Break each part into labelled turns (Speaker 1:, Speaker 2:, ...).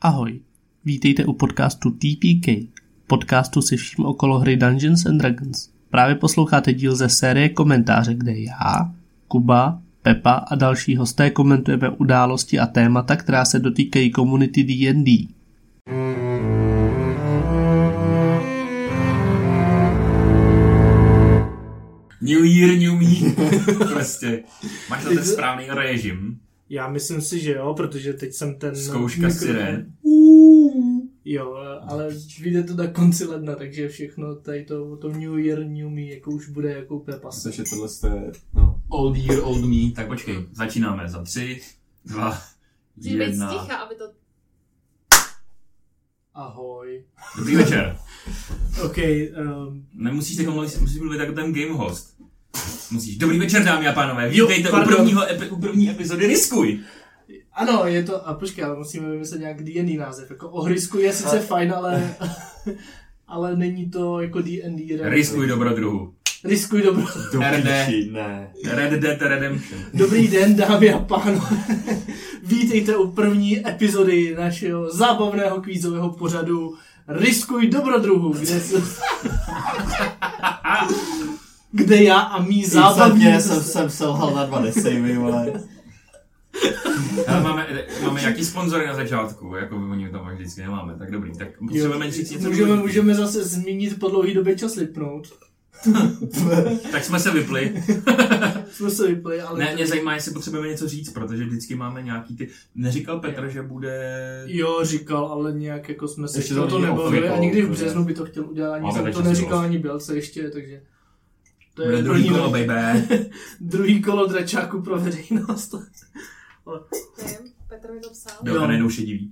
Speaker 1: Ahoj, vítejte u podcastu TPK, podcastu si vším okolo hry Dungeons and Dragons. Právě posloucháte díl ze série komentáře, kde já, Kuba, Pepa a další hosté komentujeme události a témata, která se dotýkají komunity D&D.
Speaker 2: New year, new me. prostě. Máš na ten správný režim.
Speaker 3: Já myslím si, že jo, protože teď jsem ten...
Speaker 2: Zkouška siren.
Speaker 3: Uuu. Jo, ale vyjde to na konci ledna, takže všechno tady to, o tom New Year, New Me, jako už bude jako Pepa.
Speaker 4: Takže tohle jste, no.
Speaker 2: Old year, old me. Tak počkej, začínáme za tři, dva,
Speaker 5: Musíš být
Speaker 2: jedna.
Speaker 5: sticha, aby to...
Speaker 3: Ahoj.
Speaker 2: Dobrý večer.
Speaker 3: OK, um,
Speaker 2: Nemusíš tak mluvit, musíš mluvit jako ten game host. Musíš. Dobrý večer, dámy a pánové.
Speaker 3: Jo,
Speaker 2: Vítejte u
Speaker 3: pardon.
Speaker 2: prvního, epi, u první epizody Riskuj.
Speaker 3: ano, je to, a počkej, ale musíme vymyslet nějak D&D název, jako ohrysku je sice fajn, ale... ale není to jako D&D. re-
Speaker 2: Riskuj dobrodruhu.
Speaker 3: Riskuj dobro.
Speaker 4: Do
Speaker 2: Herde.
Speaker 4: píči, ne.
Speaker 2: Red Dead Redemption.
Speaker 3: Dobrý den, dámy a pánové. Vítejte u první epizody našeho zábavného kvízového pořadu Riskuj dobrodruhu, kde se... kde já a mý zábavní...
Speaker 4: Zábavně jsem, jsem selhal na dva desejmy, vole.
Speaker 2: Ale máme, máme nějaký sponzory na začátku, jako oni tam vždycky nemáme. Tak dobrý, tak potřebujeme říct něco.
Speaker 3: můžeme,
Speaker 2: důležitého.
Speaker 3: můžeme zase zmínit po dlouhé době no. čas lipnout.
Speaker 2: Tak jsme se vypli.
Speaker 3: Jsme se vypli, ale...
Speaker 2: Ne, mě zajímá, jestli potřebujeme něco říct, protože vždycky máme nějaký ty... Neříkal Petr, že bude...
Speaker 3: Jo, říkal, ale nějak jako jsme se
Speaker 4: Ještě
Speaker 3: ještě o
Speaker 4: to
Speaker 3: to
Speaker 4: není
Speaker 3: nebavili
Speaker 2: oficiální,
Speaker 3: a nikdy v
Speaker 4: to je.
Speaker 3: březnu by to chtěl udělat, ani
Speaker 2: jako, Máme
Speaker 3: jsem to
Speaker 2: čas
Speaker 3: neříkal
Speaker 2: dost.
Speaker 3: ani Bělce ještě, takže... To
Speaker 2: bude druhý
Speaker 3: první-
Speaker 2: kolo, baby.
Speaker 3: druhý kolo dračáku pro veřejnost.
Speaker 5: Nevím, Petr mi to psal.
Speaker 2: Byl to
Speaker 3: Jo.
Speaker 2: najednou šedivý.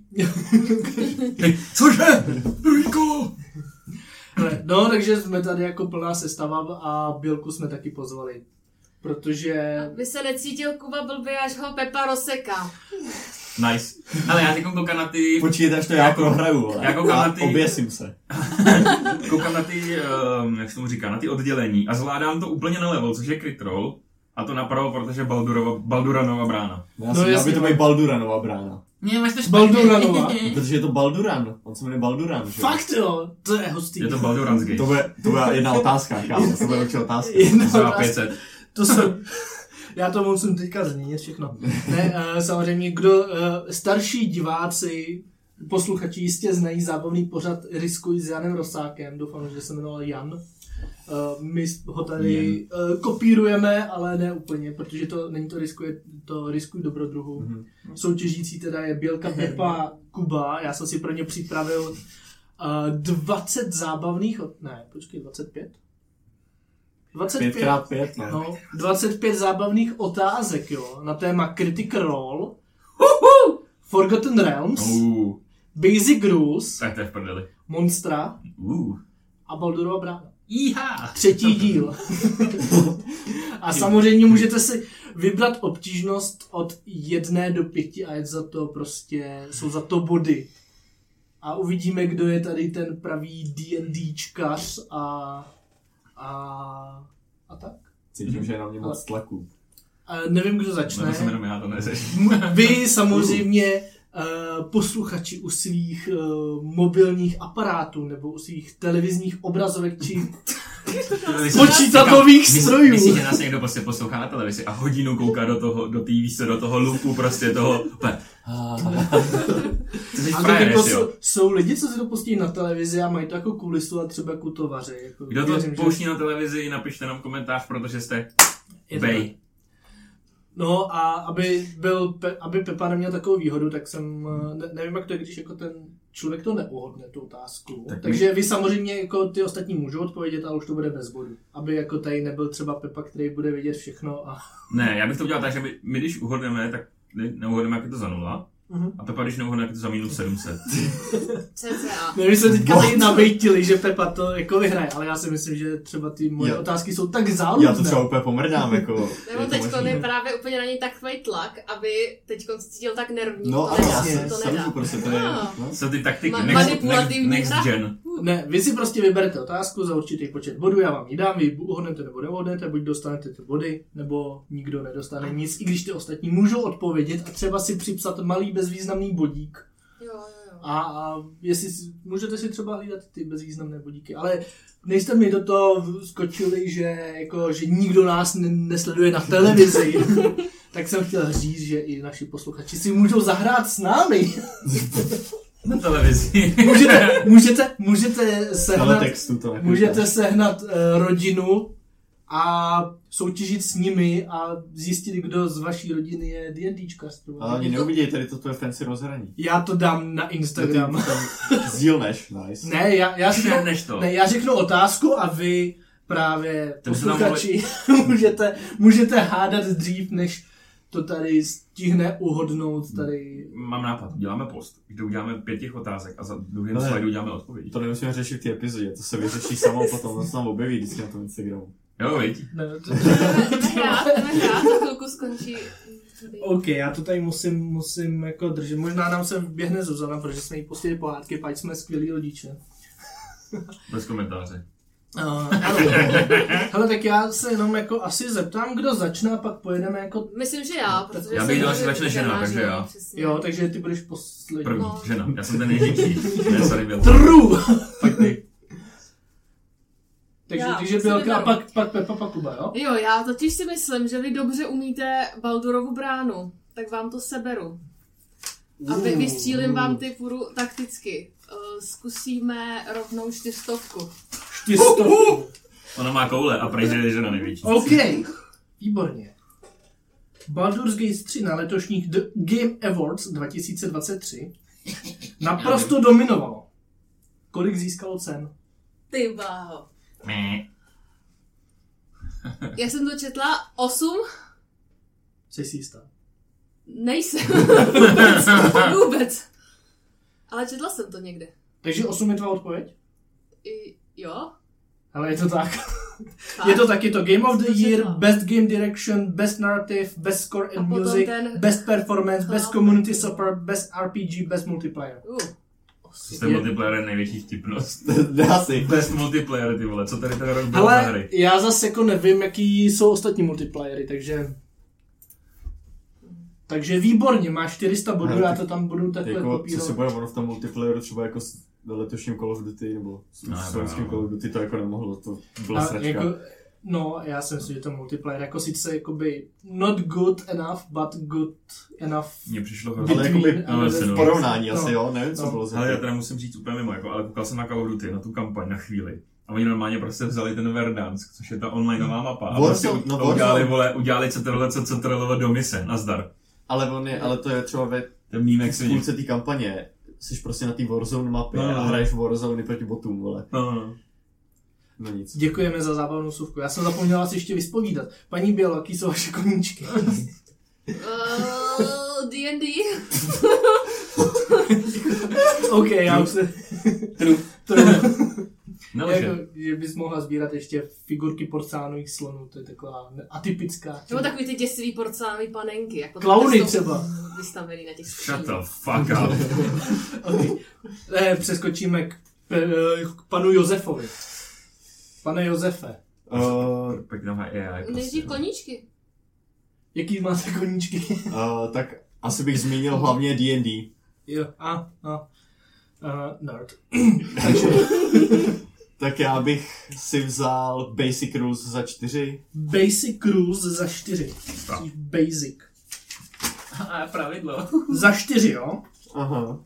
Speaker 2: Cože? Druhý kolo?
Speaker 3: Ale, No, takže jsme tady jako plná sestava a Bělku jsme taky pozvali. Protože...
Speaker 5: By se necítil Kuba blbě, až ho Pepa rozseká.
Speaker 2: Nice. Ale já teď koukám na ty...
Speaker 4: Počítej, až to já prohraju, vole.
Speaker 2: Já koukám na
Speaker 4: A
Speaker 2: ty-
Speaker 4: oběsím se.
Speaker 2: Koukám na ty, ehm, jak se tomu říká, na ty oddělení a zvládám to úplně na level, což je crit roll. A to napravo, protože Baldurova, Balduranova brána.
Speaker 4: Já
Speaker 3: No
Speaker 4: jsem měl,
Speaker 3: jasně,
Speaker 4: aby to
Speaker 3: no.
Speaker 4: být Balduranová brána.
Speaker 2: Ne, máš to
Speaker 3: Balduranová.
Speaker 4: Protože je to Balduran, on se jmenuje Balduran, že? jo?
Speaker 3: Fakt jo, to je hustý.
Speaker 2: Je to Balduran's
Speaker 4: To
Speaker 2: Gate.
Speaker 4: bude, to bude jedna otázka, kámo, to bude určitě otázka.
Speaker 3: Jedna
Speaker 2: Třeba
Speaker 3: otázka.
Speaker 2: 500.
Speaker 3: To jsem... Já to musím teďka změnit všechno. Ne, eh, samozřejmě, kdo eh, starší diváci, posluchači jistě znají zábavný pořad Riskuj s Janem Rosákem, doufám, že se jmenoval Jan. Eh, My ho tady eh, kopírujeme, ale ne úplně, protože to není to riskuje, to riskuj dobrodruhu.
Speaker 4: Mhm.
Speaker 3: Soutěžící teda je Bělka Pepa Kuba, já jsem si pro ně připravil eh, 20 zábavných, od- ne, počkej, 25? 25
Speaker 4: Pětkrát pět, no.
Speaker 3: No, 25 zábavných otázek, jo, na téma Critic Role, Forgotten Realms,
Speaker 2: Uh,
Speaker 3: Basic Rules,
Speaker 2: tak to je v prdeli.
Speaker 3: Monstra
Speaker 2: Uh.
Speaker 3: a Baldurova brána.
Speaker 2: Jíha.
Speaker 3: Třetí díl. a samozřejmě můžete si vybrat obtížnost od jedné do pěti a je za to prostě, jsou za to body. A uvidíme, kdo je tady ten pravý D&Dčkař a, a, a tak.
Speaker 4: Cítím, že je na mě moc tlaku.
Speaker 3: A nevím, kdo
Speaker 2: Nebo
Speaker 3: začne.
Speaker 2: jsem jenom já, No, to nezeš. No,
Speaker 3: Vy samozřejmě eh, posluchači u svých eh, mobilních aparátů nebo u svých televizních obrazovek či počítačových
Speaker 2: Myslí-
Speaker 3: strojů.
Speaker 2: Myslíš, že nás někdo prostě poslouchá na televizi a hodinu kouká do toho, do té více, do toho lupu, prostě toho, úplně, ty jsi
Speaker 3: A to
Speaker 2: frajer,
Speaker 3: jako
Speaker 2: jestli jo.
Speaker 3: jsou, jsou lidi, co si to pustí na televizi a mají to jako kulisu a třeba jako tovaře. Jako,
Speaker 2: Kdo to
Speaker 3: věřím, že-
Speaker 2: pouští na televizi, napište nám komentář, protože jste
Speaker 3: je to tak.
Speaker 2: bej.
Speaker 3: No a aby, byl, Pe- aby Pepa neměl takovou výhodu, tak jsem, eh, ne, nevím jak to je, když jako ten člověk to neohodne, tu otázku.
Speaker 2: Tak
Speaker 3: Tak Takže vy samozřejmě jako ty ostatní můžou odpovědět, ale už to bude bez bodu. Aby jako tady nebyl třeba Pepa, který bude vědět všechno a...
Speaker 2: Ne, já bych to udělal tak, že my, my když uhodneme, tak ne- neuhodneme, jak je to za nula.
Speaker 3: Mhm.
Speaker 2: A Pepa, když neuhodne, jak je to za minus 700.
Speaker 5: CCA.
Speaker 3: Nevím, jsme No, teďka tady
Speaker 4: What?
Speaker 3: nabejtili, že Pepa to jako vyhraje, ale já si myslím, že třeba ty moje
Speaker 4: Jo.
Speaker 3: otázky jsou tak
Speaker 4: Já to
Speaker 3: záludné.
Speaker 4: třeba úplně pomrdám, jako.
Speaker 5: Nebo
Speaker 4: je to
Speaker 5: teď
Speaker 4: možný.
Speaker 5: je právě úplně na něj takový tlak, aby teď se cítil tak nervní.
Speaker 4: No
Speaker 5: to
Speaker 4: ano,
Speaker 5: nedá,
Speaker 4: já
Speaker 3: jasně,
Speaker 4: jsem
Speaker 5: to nedá.
Speaker 4: sám, prostě to je,
Speaker 5: No.
Speaker 4: no.
Speaker 2: Co ty taktiky?
Speaker 5: Ma-
Speaker 2: Next, next,
Speaker 5: manipulativní
Speaker 2: next
Speaker 5: hra.
Speaker 2: gen.
Speaker 3: Ne, vy si prostě vyberete otázku za určitý počet bodů, já vám ji dám, vy ji uhodnete nebo neuhodnete, buď dostanete ty body, nebo nikdo nedostane nic, i když ty ostatní můžou odpovědět a třeba si připsat malý bezvýznamný bodík,
Speaker 5: Jo, jo, jo. no.
Speaker 3: A, a jestli si- můžete si třeba hlídat ty bezvýznamné bodíky, ale nejste mi do toho skočili, že, jako, že nikdo nás ne- nesleduje na televizi. tak jsem chtěl říct, že i naši posluchači si můžou zahrát s námi.
Speaker 2: Na televizi.
Speaker 3: Můžete, můžete, můžete
Speaker 4: Ale
Speaker 3: sehnat,
Speaker 4: textu to nekoukáš.
Speaker 3: můžete sehnat eh, rodinu a soutěžit s nimi a zjistit, kdo z vaší rodiny je D&Dčkař.
Speaker 4: Ale oni neuvidějí tady to tvoje fancy rozhraní.
Speaker 3: Já to dám na
Speaker 4: To ty tam
Speaker 3: Instagram.
Speaker 4: sdílneš, nice.
Speaker 3: Ne, já, já si to
Speaker 2: Šerneš to.
Speaker 3: Ne, já řeknu otázku a vy právě
Speaker 2: No. To by se nám mohli-
Speaker 3: posluchači můžete, můžete hádat dřív, než to tady stihne uhodnout tady.
Speaker 2: Mám nápad, děláme post, kde uděláme pět těch otázek a za druhým
Speaker 4: Ale-
Speaker 2: slajdu uděláme odpovědi.
Speaker 4: To nemusíme řešit ty epizodě, to se vyřeší samo potom, to se nám objeví vždycky na tom Instagramu.
Speaker 2: Jo, viď?
Speaker 3: Ne, to...
Speaker 5: Hrát, hrát, za chvilku skončí.
Speaker 3: OK, já to tady musím, musím jako držet. Možná nám se běhne Zuzana, protože jsme jí pustili pohádky, pak jsme skvělí rodiče.
Speaker 2: Bez komentáře.
Speaker 3: Uh, ale, hele, tak já se jenom jako asi zeptám, kdo začne a pak pojedeme jako...
Speaker 5: Myslím, že já, protože...
Speaker 2: Já bych dal, že začne žena, takže já.
Speaker 3: Jo, takže ty budeš poslední.
Speaker 2: První,
Speaker 5: No.
Speaker 2: žena. Já jsem ten největší. Ne, sorry, byl.
Speaker 3: True!
Speaker 2: Fakt ty.
Speaker 3: takže
Speaker 5: Já,
Speaker 3: ty, že
Speaker 5: to se
Speaker 3: Bělka a
Speaker 5: vyberu.
Speaker 3: pak, pak Pepa, pak Kuba, jo?
Speaker 5: Jo, já totiž si myslím, že vy dobře umíte Baldurovu bránu, tak vám to seberu. A vy, vystřílim vám ty furu takticky. Eh, Zkusíme rovnou čtyřstovku.
Speaker 3: Čtyřstovku.
Speaker 2: Ona má koule a prej, že je žena největší.
Speaker 3: OK, výborně. Baldur's Gate 3 na letošních The Game Awards 2023 naprosto dominovalo. Kolik získalo cen?
Speaker 5: Ty bláho.
Speaker 2: Mé.
Speaker 5: Já jsem to četla 8,
Speaker 3: Jsi si jistá?
Speaker 5: nejsem. vůbec, vůbec. Ale četla jsem to někde.
Speaker 3: Takže 8 je tvá odpověď?
Speaker 5: I, jo?
Speaker 3: Ale je to tak.
Speaker 5: Tak.
Speaker 3: Je to taky to Game of the
Speaker 5: Jsem to
Speaker 3: Year,
Speaker 5: četla.
Speaker 3: Best Game Direction, Best Narrative, Best Score
Speaker 5: A
Speaker 3: and
Speaker 5: potom
Speaker 3: Music,
Speaker 5: ten-
Speaker 3: Best Performance, Best
Speaker 5: Chápu.
Speaker 3: Community Support, Best RPG, Best Multiplayer.
Speaker 5: Uh,
Speaker 2: Jste multiplayer je největší vtipnost.
Speaker 4: Dá si.
Speaker 2: Best multiplayer, ty vole, co tady ten rok byl za
Speaker 3: Ale
Speaker 2: hry?
Speaker 3: já zase jako nevím, jaký jsou ostatní multiplayery, takže... Takže výborně, má 400 bodů,
Speaker 4: Ale
Speaker 3: já
Speaker 4: tak-
Speaker 3: to tam budu takhle jako,
Speaker 4: Jako, co se
Speaker 3: kopírovat.
Speaker 4: bude ono v tom multiplayeru třeba jako s letošním Call of Duty nebo s
Speaker 2: No,
Speaker 4: s
Speaker 2: jo,
Speaker 4: loňským
Speaker 2: jo.
Speaker 4: Call of Duty to jako nemohlo, to byla
Speaker 3: A, jako,
Speaker 4: sračka.
Speaker 3: no, já si myslím, že ten multiplayer jako sice jakoby not good enough, but good enough.
Speaker 2: Mně přišlo
Speaker 3: Between,
Speaker 4: Ale jako-
Speaker 2: hrozně.
Speaker 4: jakoby-
Speaker 2: ale se
Speaker 4: V
Speaker 2: no.
Speaker 4: porovnání asi
Speaker 3: No.
Speaker 4: jo, nevím, co
Speaker 3: No.
Speaker 4: bylo
Speaker 2: Ale já
Speaker 4: za
Speaker 2: teda musím říct úplně mimo, jako, ale koukal jsem na Call of Duty, na tu kampaň, na chvíli. A oni normálně prostě vzali ten Verdansk, což je ta onlineová mapa. A prostě
Speaker 4: Warzone, no,
Speaker 2: u- udělali,
Speaker 4: Warzone.
Speaker 2: vole, udělali CTRL, co CTRL do mise, nazdar.
Speaker 4: Ale on je, ale to je třeba ve
Speaker 2: Ten mýmek si
Speaker 4: v půlce té kampaně, jsi prostě na té Warzone mapě
Speaker 2: No, no,
Speaker 4: a
Speaker 2: no.
Speaker 4: hraješ Warzone proti botům, vole.
Speaker 2: No, no, no.
Speaker 4: No nic.
Speaker 3: Děkujeme za zábavnou suvku. Já jsem zapomněla vás ještě vyspovídat. Paní Bělo, jaký jsou vaše koníčky?
Speaker 5: eh, D&D.
Speaker 3: OK, já už se...
Speaker 2: True.
Speaker 3: True.
Speaker 2: Nelže.
Speaker 3: jako, že bys mohla sbírat ještě figurky porcelánových slonů, to je taková ne- atypická.
Speaker 5: Nebo takový ty děsivý porcelánový panenky. Jako
Speaker 3: Klauny
Speaker 5: takhle jsou
Speaker 3: třeba.
Speaker 5: Vystavený na těch
Speaker 2: Shut the fuck up.
Speaker 3: Okay. Eh, přeskočíme k, pe- eh, k panu Josefovi. Pane Josefe,
Speaker 4: Uh,
Speaker 2: Pojď nám AI prostě.
Speaker 5: Nejdřív koníčky.
Speaker 3: jaký máte koníčky?
Speaker 4: uh, tak asi bych zmínil hlavně D&D.
Speaker 3: jo, a, a. Uh, nerd. Takže
Speaker 4: Tak já bych si vzal Basic Rules za čtyři.
Speaker 3: basic rules za čtyři. Basic.
Speaker 2: A pravidlo.
Speaker 3: Za čtyři, jo?
Speaker 4: Aha.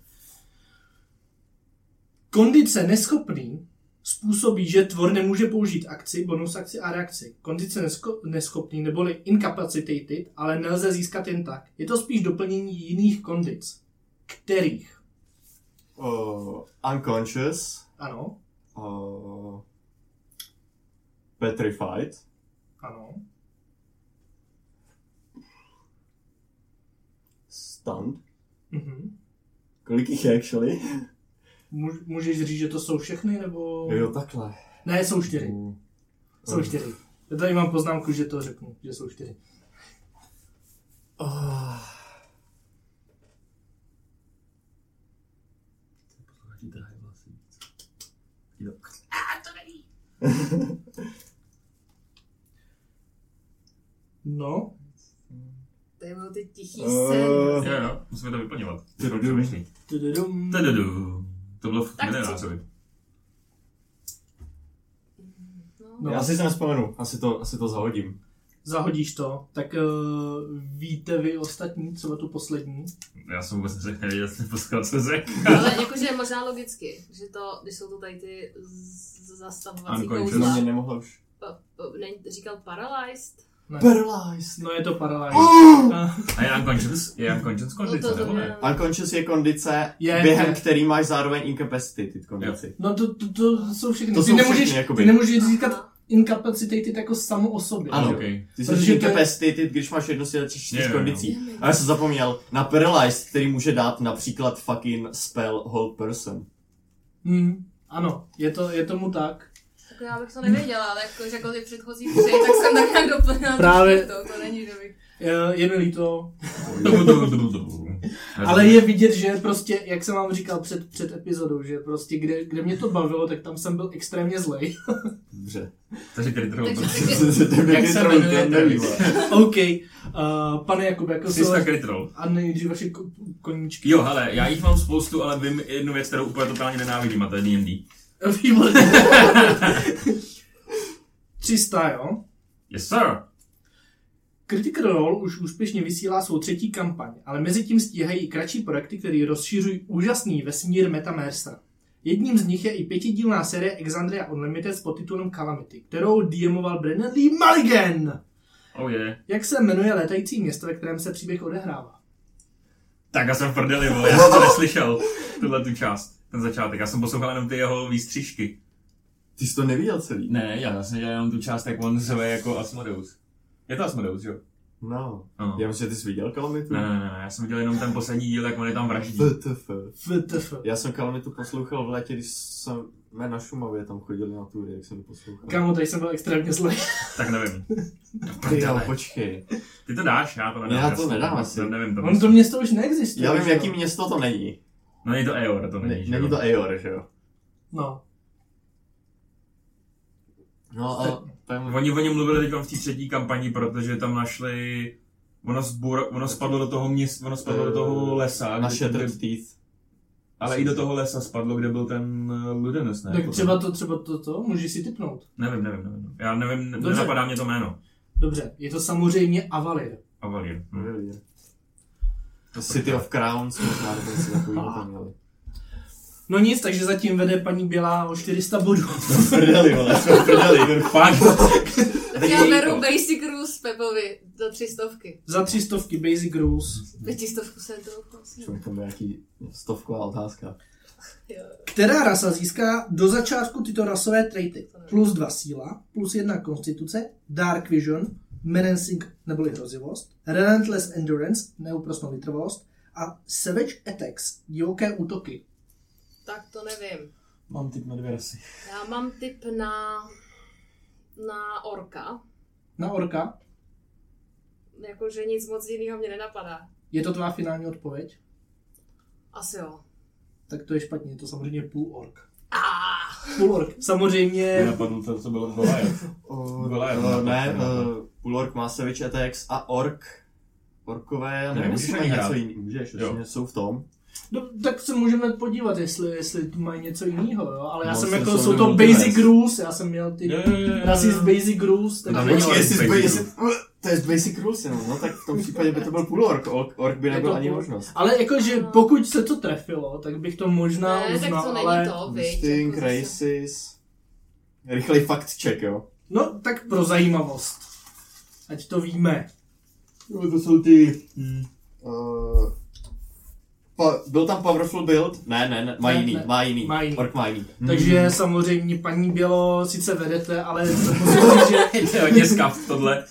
Speaker 3: Kondice neschopný způsobí, že tvor nemůže použít akci, bonus akci a reakci. Kondice nesko- neschopný neboli incapacitated, ale nelze získat jen tak. Je to spíš doplnění jiných kondic. Kterých?
Speaker 4: Uh, unconscious.
Speaker 3: Ano,
Speaker 4: Uh, petrified.
Speaker 3: ano.
Speaker 4: Stunned.
Speaker 3: Mhm.
Speaker 4: Kolik jich je actually?
Speaker 3: Můž- Můžeš říct, že to jsou všechny, nebo...
Speaker 4: Jo, takhle.
Speaker 3: Ne, jsou čtyři.
Speaker 4: Mm.
Speaker 3: Jsou čtyři. Já tady mám poznámku, že to řeknu, že jsou čtyři.
Speaker 4: Uh,
Speaker 3: No, No,
Speaker 5: To je ty tichý
Speaker 4: Eh.
Speaker 5: scény.
Speaker 2: Jo, jo, musíme to vyplňovat.
Speaker 4: Tududum.
Speaker 2: To bylo přemýšlí.
Speaker 3: Tududum.
Speaker 2: Tududu. To bylo v
Speaker 5: Tak co?
Speaker 2: Medenácovi.
Speaker 3: No.
Speaker 4: Já si to nespomenu, asi to, asi to zahodím.
Speaker 3: Zahodíš to, tak uh, víte vy ostatní, třeba tu poslední?
Speaker 2: Já jsem vůbec neřekl, já jsem poskal co řekl.
Speaker 5: Ale jakože možná logicky, že to, když jsou to tady ty z- z- zastavovací
Speaker 2: Unconfirmed.
Speaker 5: kouzla,
Speaker 4: mě nemohla už.
Speaker 5: p- p- ne, říkal paralyzed,
Speaker 3: Ne.
Speaker 4: Paralyzed.
Speaker 3: No je to paralýz.
Speaker 2: A je unconscious, je unconscious kondice,
Speaker 5: No, to
Speaker 2: nebo ne?
Speaker 5: znamená-
Speaker 4: Unconscious je kondice,
Speaker 3: Je,
Speaker 4: během
Speaker 3: je.
Speaker 4: který máš zároveň incapacity, ty kondici.
Speaker 3: No to, to, to jsou všechny.
Speaker 4: To
Speaker 3: ty,
Speaker 4: jsou
Speaker 3: nemůžeš,
Speaker 4: všechny, jakoby.
Speaker 3: ty nemůžeš říkat
Speaker 5: Aha.
Speaker 3: incapacitated jako samo o sobě.
Speaker 4: Ano.
Speaker 3: že?
Speaker 2: Okay.
Speaker 4: Ty
Speaker 3: Protože
Speaker 4: jsi
Speaker 3: to je-
Speaker 4: incapacitated, když máš jednu z těch
Speaker 2: Jo,
Speaker 4: čtyř
Speaker 2: jo, jo.
Speaker 4: kondicí. A já jsem zapomněl na Paralyzed, který může dát například fucking spell whole person.
Speaker 3: Hmm. Ano, je, to, je tomu tak.
Speaker 5: Jako já bych to nevěděla, ale jako řekl ty předchozí tři, tak jsem tak nějak doplnila tu
Speaker 3: Právě.
Speaker 5: čtvrtou, to, není, že bych...
Speaker 3: Je, je mi líto,
Speaker 2: Dubu, dubu, dubu, dubu.
Speaker 3: ale je vidět, že prostě, jak jsem vám říkal před, před epizodou, že prostě kde, kde mě to bavilo, tak tam jsem byl extrémně zlej.
Speaker 4: Dobře.
Speaker 2: Takže který trhu
Speaker 5: Takže
Speaker 2: to
Speaker 5: taky-
Speaker 3: Jak se jmenuje
Speaker 4: to nevím.
Speaker 3: OK, uh, pane Jakube, jako jsou...
Speaker 2: Krista Krytrol.
Speaker 3: A nejdřív vaše ko- koníčky.
Speaker 2: Jo, hele, já jich mám spoustu, ale vím jednu věc, kterou úplně totálně nenávidím, a to je D&D.
Speaker 3: Výborně. 300, jo?
Speaker 2: Yes, sir!
Speaker 3: Critical Role už úspěšně vysílá svou třetí kampaň, ale mezi tím stíhají i kratší projekty, které rozšiřují úžasný vesmír Metaversa. Jedním z nich je i pětidílná série Exandria Unlimited s podtitulem Calamity, kterou DMoval Brennan Lee Mulligan.
Speaker 2: Oh je. Yeah.
Speaker 3: Jak se jmenuje letající město, ve kterém se příběh odehrává?
Speaker 2: Tak já jsem v prdeli, vole, já jsem to neslyšel, tuhle tu část, ten začátek. Já jsem poslouchal jenom ty jeho výstřižky.
Speaker 4: Ty jsi to neviděl celý.
Speaker 2: Ne, já jsem dělal jenom tu část, jak on zve jako Asmodeus. Je to Asmodeus, jo?
Speaker 4: No.
Speaker 2: No.
Speaker 4: Já myslím, že ty jsi viděl Kalamitu.
Speaker 2: Ne, ne, ne, ne, já jsem viděl jenom ten poslední díl, jak on je tam vraždí.
Speaker 4: VTF.
Speaker 3: VTF.
Speaker 4: Já jsem Kalamitu poslouchal v létě, když jsme na Šumavě tam chodili na tury, jak jsem ji poslouchal.
Speaker 3: Kámo, tady jsem byl extrémně zlej.
Speaker 2: Tak nevím.
Speaker 4: Ty jo, počkej.
Speaker 2: Ty to dáš, já to nedám.
Speaker 4: Já to
Speaker 2: jasně.
Speaker 4: nedám asi.
Speaker 2: Ne, nevím, to
Speaker 3: On to město už neexistuje.
Speaker 4: No, Já vím,
Speaker 3: že jo?
Speaker 4: jaký město to není.
Speaker 2: No není to Eor, to není,
Speaker 4: Ne-
Speaker 2: že
Speaker 4: Není
Speaker 2: jo?
Speaker 4: to Eor, že jo?
Speaker 3: No.
Speaker 4: No, ale tam...
Speaker 2: Oni o něm mluvili teď v té třetí kampani, protože tam našli... Ono, zbůr, ono spadlo do toho měst, ono spadlo do
Speaker 4: Eh,
Speaker 2: toho lesa,
Speaker 4: Na
Speaker 2: kde-
Speaker 4: Shattered
Speaker 2: kde-
Speaker 4: Teeth.
Speaker 2: ale i do toho lesa spadlo, kde byl ten eh, Ludenus, ne?
Speaker 3: Tak
Speaker 2: Potom.
Speaker 3: třeba to, třeba to, to, můžeš si typnout.
Speaker 2: Nevím, nevím, nevím. Já nevím,
Speaker 3: Dobře.
Speaker 2: Dobře. nenapadá mě to jméno.
Speaker 3: Dobře, je to samozřejmě Avalir.
Speaker 2: Avalir. Hm.
Speaker 4: Really? To City of Crowns, možná nebo něco takového tam měli.
Speaker 3: No nic, takže zatím vede paní Bělá o 400 bodů.
Speaker 4: Prdeli, vole, jsme prdeli.
Speaker 2: Fakt?
Speaker 5: Já beru basic rules Pepovi do tři stovky.
Speaker 3: Za 300 Basic Rules.
Speaker 5: Pětistovku jsem to prosím.
Speaker 4: To byla nějaký stovková otázka.
Speaker 3: Která rasa získá do začátku tyto rasové traity? Plus 2 síla, plus 1 konstituce, Dark Vision, Menacing neboli hrozivost, Relentless Endurance, neúprosnou vytrvalost a Savage Attacks, divoké útoky.
Speaker 5: Tak to nevím.
Speaker 4: Mám typ na dvě rasy.
Speaker 5: Já mám tip na, na orka.
Speaker 3: Na orka,
Speaker 5: Jakože nic moc jiného mě nenapadá.
Speaker 3: je to tvá finální odpověď?
Speaker 5: Asi jo.
Speaker 3: Tak to je špatně, je to samozřejmě půl ork.
Speaker 5: Ah,
Speaker 3: Půl ork, samozřejmě
Speaker 2: Napadlo to, co bylo Goliath. Goliath.
Speaker 4: ne, eh, Půlork má Savage Attacks a Ork. Orkové, já nevím,
Speaker 2: nemůžeš
Speaker 4: jestli
Speaker 2: ani
Speaker 4: mají
Speaker 2: hrát.
Speaker 4: něco jiného. Můžeš,
Speaker 2: Jo.
Speaker 4: jestli jsou v tom.
Speaker 3: No, tak se můžeme podívat, jestli, jestli tu mají něco jiného, jo? ale já
Speaker 4: No,
Speaker 3: jsem
Speaker 4: jsou-
Speaker 3: jako,
Speaker 4: jsou
Speaker 3: jsou to
Speaker 4: jenom
Speaker 3: basic
Speaker 4: multiverse.
Speaker 3: rules, já jsem měl ty rasy z basic rules,
Speaker 2: Tam
Speaker 3: takže vlastně
Speaker 2: není
Speaker 4: Počkej,
Speaker 2: Ork
Speaker 4: jestli z
Speaker 2: Basic
Speaker 4: ba- jestli- To je z Basic Rules jenom, no tak v tom případě by to byl Půlork. Ork, ork by
Speaker 3: Je
Speaker 4: nebyl
Speaker 3: to
Speaker 4: ani
Speaker 3: půl-
Speaker 4: možnost.
Speaker 3: Ale jakože pokud se to trefilo, tak bych to možná
Speaker 5: ne, tak
Speaker 3: uznal,
Speaker 5: to
Speaker 3: No, ale...
Speaker 5: není to, viď.
Speaker 4: Sting,
Speaker 5: jako zase.
Speaker 4: Races. Rychlej fakt check, jo.
Speaker 3: No, tak pro zajímavost. Ať to víme.
Speaker 4: No, to jsou ty... Hmm. Uh, pa, byl tam Powerful Build? Ne, ne, ne, má
Speaker 3: Ne,
Speaker 4: jiný,
Speaker 3: ne.
Speaker 4: má jiný.
Speaker 3: Má jiný.
Speaker 4: Ork má jiný.
Speaker 2: Hmm.
Speaker 3: Takže samozřejmě paní Bělo sice vedete, ale to musím říct, že...
Speaker 2: Je hodně skav tohle.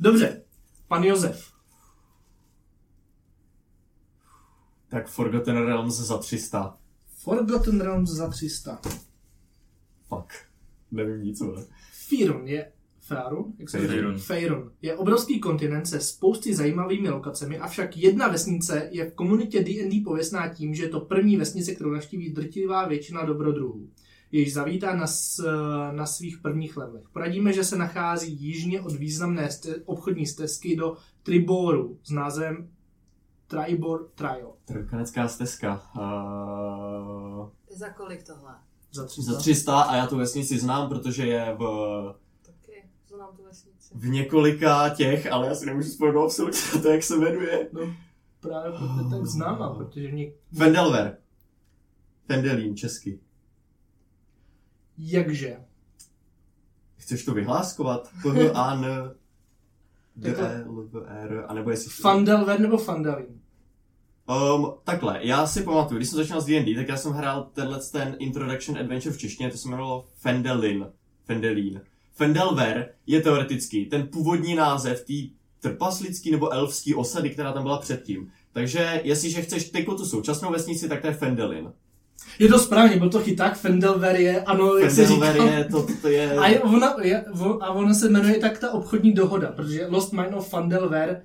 Speaker 3: Dobře, pan Josef.
Speaker 4: Tak Forgotten Realms za 300.
Speaker 3: Forgotten Realms za 300.
Speaker 4: Fuck. Nevím nic, ale...
Speaker 3: Firon je Faron, jak se to
Speaker 2: Faerun.
Speaker 3: říká? Faerun. Je obrovský kontinent se spousty zajímavými lokacemi, avšak jedna vesnice je v komunitě D&D pověstná tím, že je to první vesnice, kterou navštíví drtivá většina dobrodruhů. jež zavítá na, s, na svých prvních levelech. Poradíme, že se nachází jižně od významné ste, obchodní stezky do Triboru s názvem Tribor Trio.
Speaker 4: Kanecká stezka. Uh,
Speaker 5: Za kolik tohle?
Speaker 3: Za 300.
Speaker 4: za 300 a já tu vesnici znám, protože je v,
Speaker 5: Taky, znám tu vesnici.
Speaker 4: v několika těch, ale já si nemůžu vzpomenout absolutně na to, jak se jmenuje.
Speaker 3: No, právě proto je tak známá, protože mě...
Speaker 4: Vendelver. Vendelín česky.
Speaker 3: Jakže?
Speaker 4: Chceš to vyhláskovat? P, A, N, D, E L, V, R, anebo jestli...
Speaker 3: Fandelver nebo Fandalin?
Speaker 4: Um, takhle, já si pamatuju, když jsem začínal s D&D, tak já jsem hrál tenhle ten Introduction Adventure v češtině, to se jmenovalo Fendelin. Fendelin. Fendelver je teoretický ten původní název té trpaslický nebo elfský osady, která tam byla předtím. Takže jestliže chceš tyko tu současnou vesnici, tak to je Fendelin.
Speaker 3: Je to správně, byl to chyták, Fendelver je, ano, jak se říká.
Speaker 4: Fendelver je, to, to je...
Speaker 3: A, je, ona, je, vo- a ona se jmenuje tak ta obchodní dohoda, protože Lost Mine of Fandelver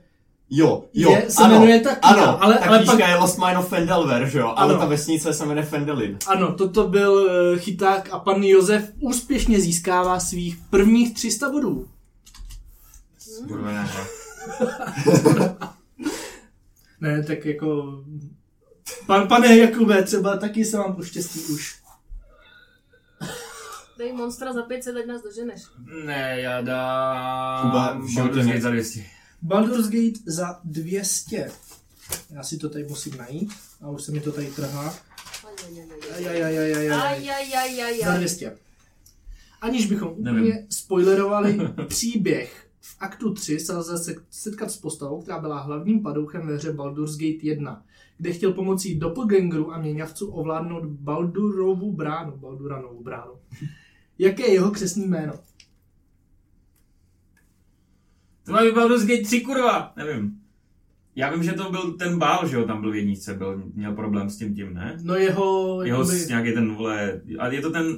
Speaker 4: Jo, jo,
Speaker 3: je- se
Speaker 4: ano,
Speaker 3: jmenuje ta kniha,
Speaker 4: ano,
Speaker 3: ale-
Speaker 4: ta
Speaker 3: ale
Speaker 4: knížka
Speaker 3: pak-
Speaker 4: je Lost Mine of Fendelver, že jo, ale
Speaker 3: Ano.
Speaker 4: ta vesnice se jmenuje Fendelin.
Speaker 3: Ano, toto byl eh, chyták a pan Josef úspěšně získává svých prvních 300 bodů.
Speaker 2: Skurvená.
Speaker 4: no.
Speaker 3: Ne, tak jako... Pan, pane Jakube, třeba taky se vám poštěstí už.
Speaker 5: Dej monstra za 500, ať nás doženeš.
Speaker 2: Ne, já dám...
Speaker 4: Kuba, v životě
Speaker 2: Baldur's
Speaker 4: ne.
Speaker 2: Gate za 200.
Speaker 3: Baldur's Gate za 200. Já si to tady musím najít. A už se mi to tady trhá. Ajajajajajaj. Za
Speaker 5: Ajajajajajaj.
Speaker 3: 200. Aniž bychom
Speaker 2: Nevím.
Speaker 3: úplně spoilerovali příběh, v aktu 3 se lze se- setkat s postavou, která byla hlavním padouchem ve hře Baldur's Gate 1, kde chtěl pomocí doppelgangeru a měňavců ovládnout Baldurovu bránu. Balduranovu bránu. Jaké je jeho křesní jméno?
Speaker 2: To má být Baldur's Gate 3, kurva! Nevím. Já vím, že to byl ten bál, že jo, tam byl v jedničce, byl, měl problém s tím tím, ne?
Speaker 3: No jeho...
Speaker 2: Jeho
Speaker 3: jakoby-
Speaker 2: s nějaký ten, vole, ale je to ten,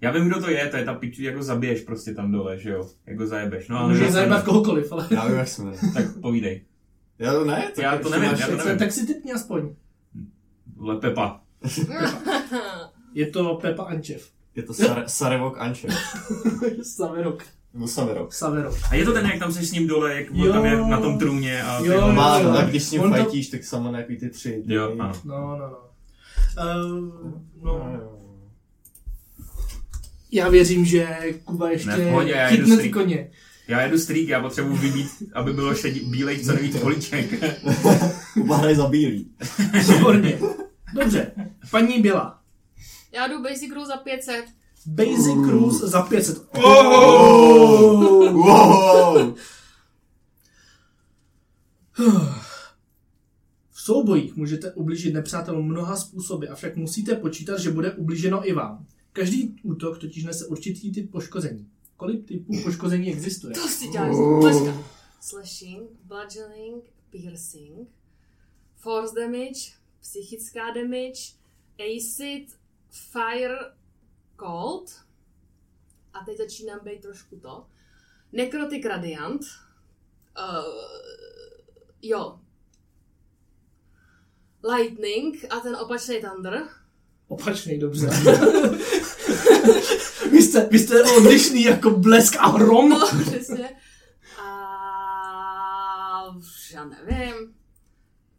Speaker 2: já vím, kdo to je, to je ta piču, jako zabiješ prostě tam dole, že jo, jako zajebeš, no ale
Speaker 3: Může
Speaker 2: já jsem-
Speaker 3: zajímat kohokoliv, ale...
Speaker 4: Já vím, jak se jmenuje.
Speaker 2: Tak povídej.
Speaker 4: Já to ne?
Speaker 2: Já to nevím, já to nevím.
Speaker 3: Tak si typni aspoň.
Speaker 2: Vole, Pepa.
Speaker 3: Je to Pepa Ančev.
Speaker 4: Je to Sar- Sarevok Anče.
Speaker 3: Saverok.
Speaker 4: Nebo Saverok.
Speaker 3: Saverok.
Speaker 2: A je to ten, jak tam seš s ním dole, jak on
Speaker 3: Jo.
Speaker 2: tam je na tom trůně a ty
Speaker 3: Jo,
Speaker 2: vole-
Speaker 3: jo.
Speaker 4: Má, no, tak když s ním
Speaker 3: On to-
Speaker 4: fajtíš, tak sama nějaký ty tři. ty-
Speaker 2: Jo, ano.
Speaker 3: No, no, no. Ehm, no.
Speaker 4: Jo.
Speaker 3: Já věřím, že Kuba ještě
Speaker 2: Ne, v pohodě, já jdu
Speaker 3: chytne
Speaker 2: si-
Speaker 3: ty koně.
Speaker 2: Já jedu streak, já potřebuji vybít, aby bylo šedí, bílej co nejvíc políček.
Speaker 4: Kuba hraje za bílý.
Speaker 3: Výborně. Dobře, paní Běla.
Speaker 5: Já jdu Basic Rule za 500.
Speaker 3: Basic Cruise za 500.
Speaker 2: Oh.
Speaker 3: Oh!
Speaker 4: Wow!
Speaker 3: V soubojích můžete ublížit nepřátelům mnoha způsoby, avšak musíte počítat, že bude ublíženo i vám. Každý útok totiž nese určitý typ poškození. Kolik typů poškození existuje?
Speaker 5: To si děláš. Počka. Slashing, bludgeoning, piercing, force damage, psychická damage, acid, fire, cold. A teď začínám být trošku to. Necrotic radiant. Uh, jo. Lightning a ten opačný thunder.
Speaker 3: Opačnej, dobře. vy, jste, vy jste odlišný jako blesk a hrom.
Speaker 5: No, přesně. A už já nevím.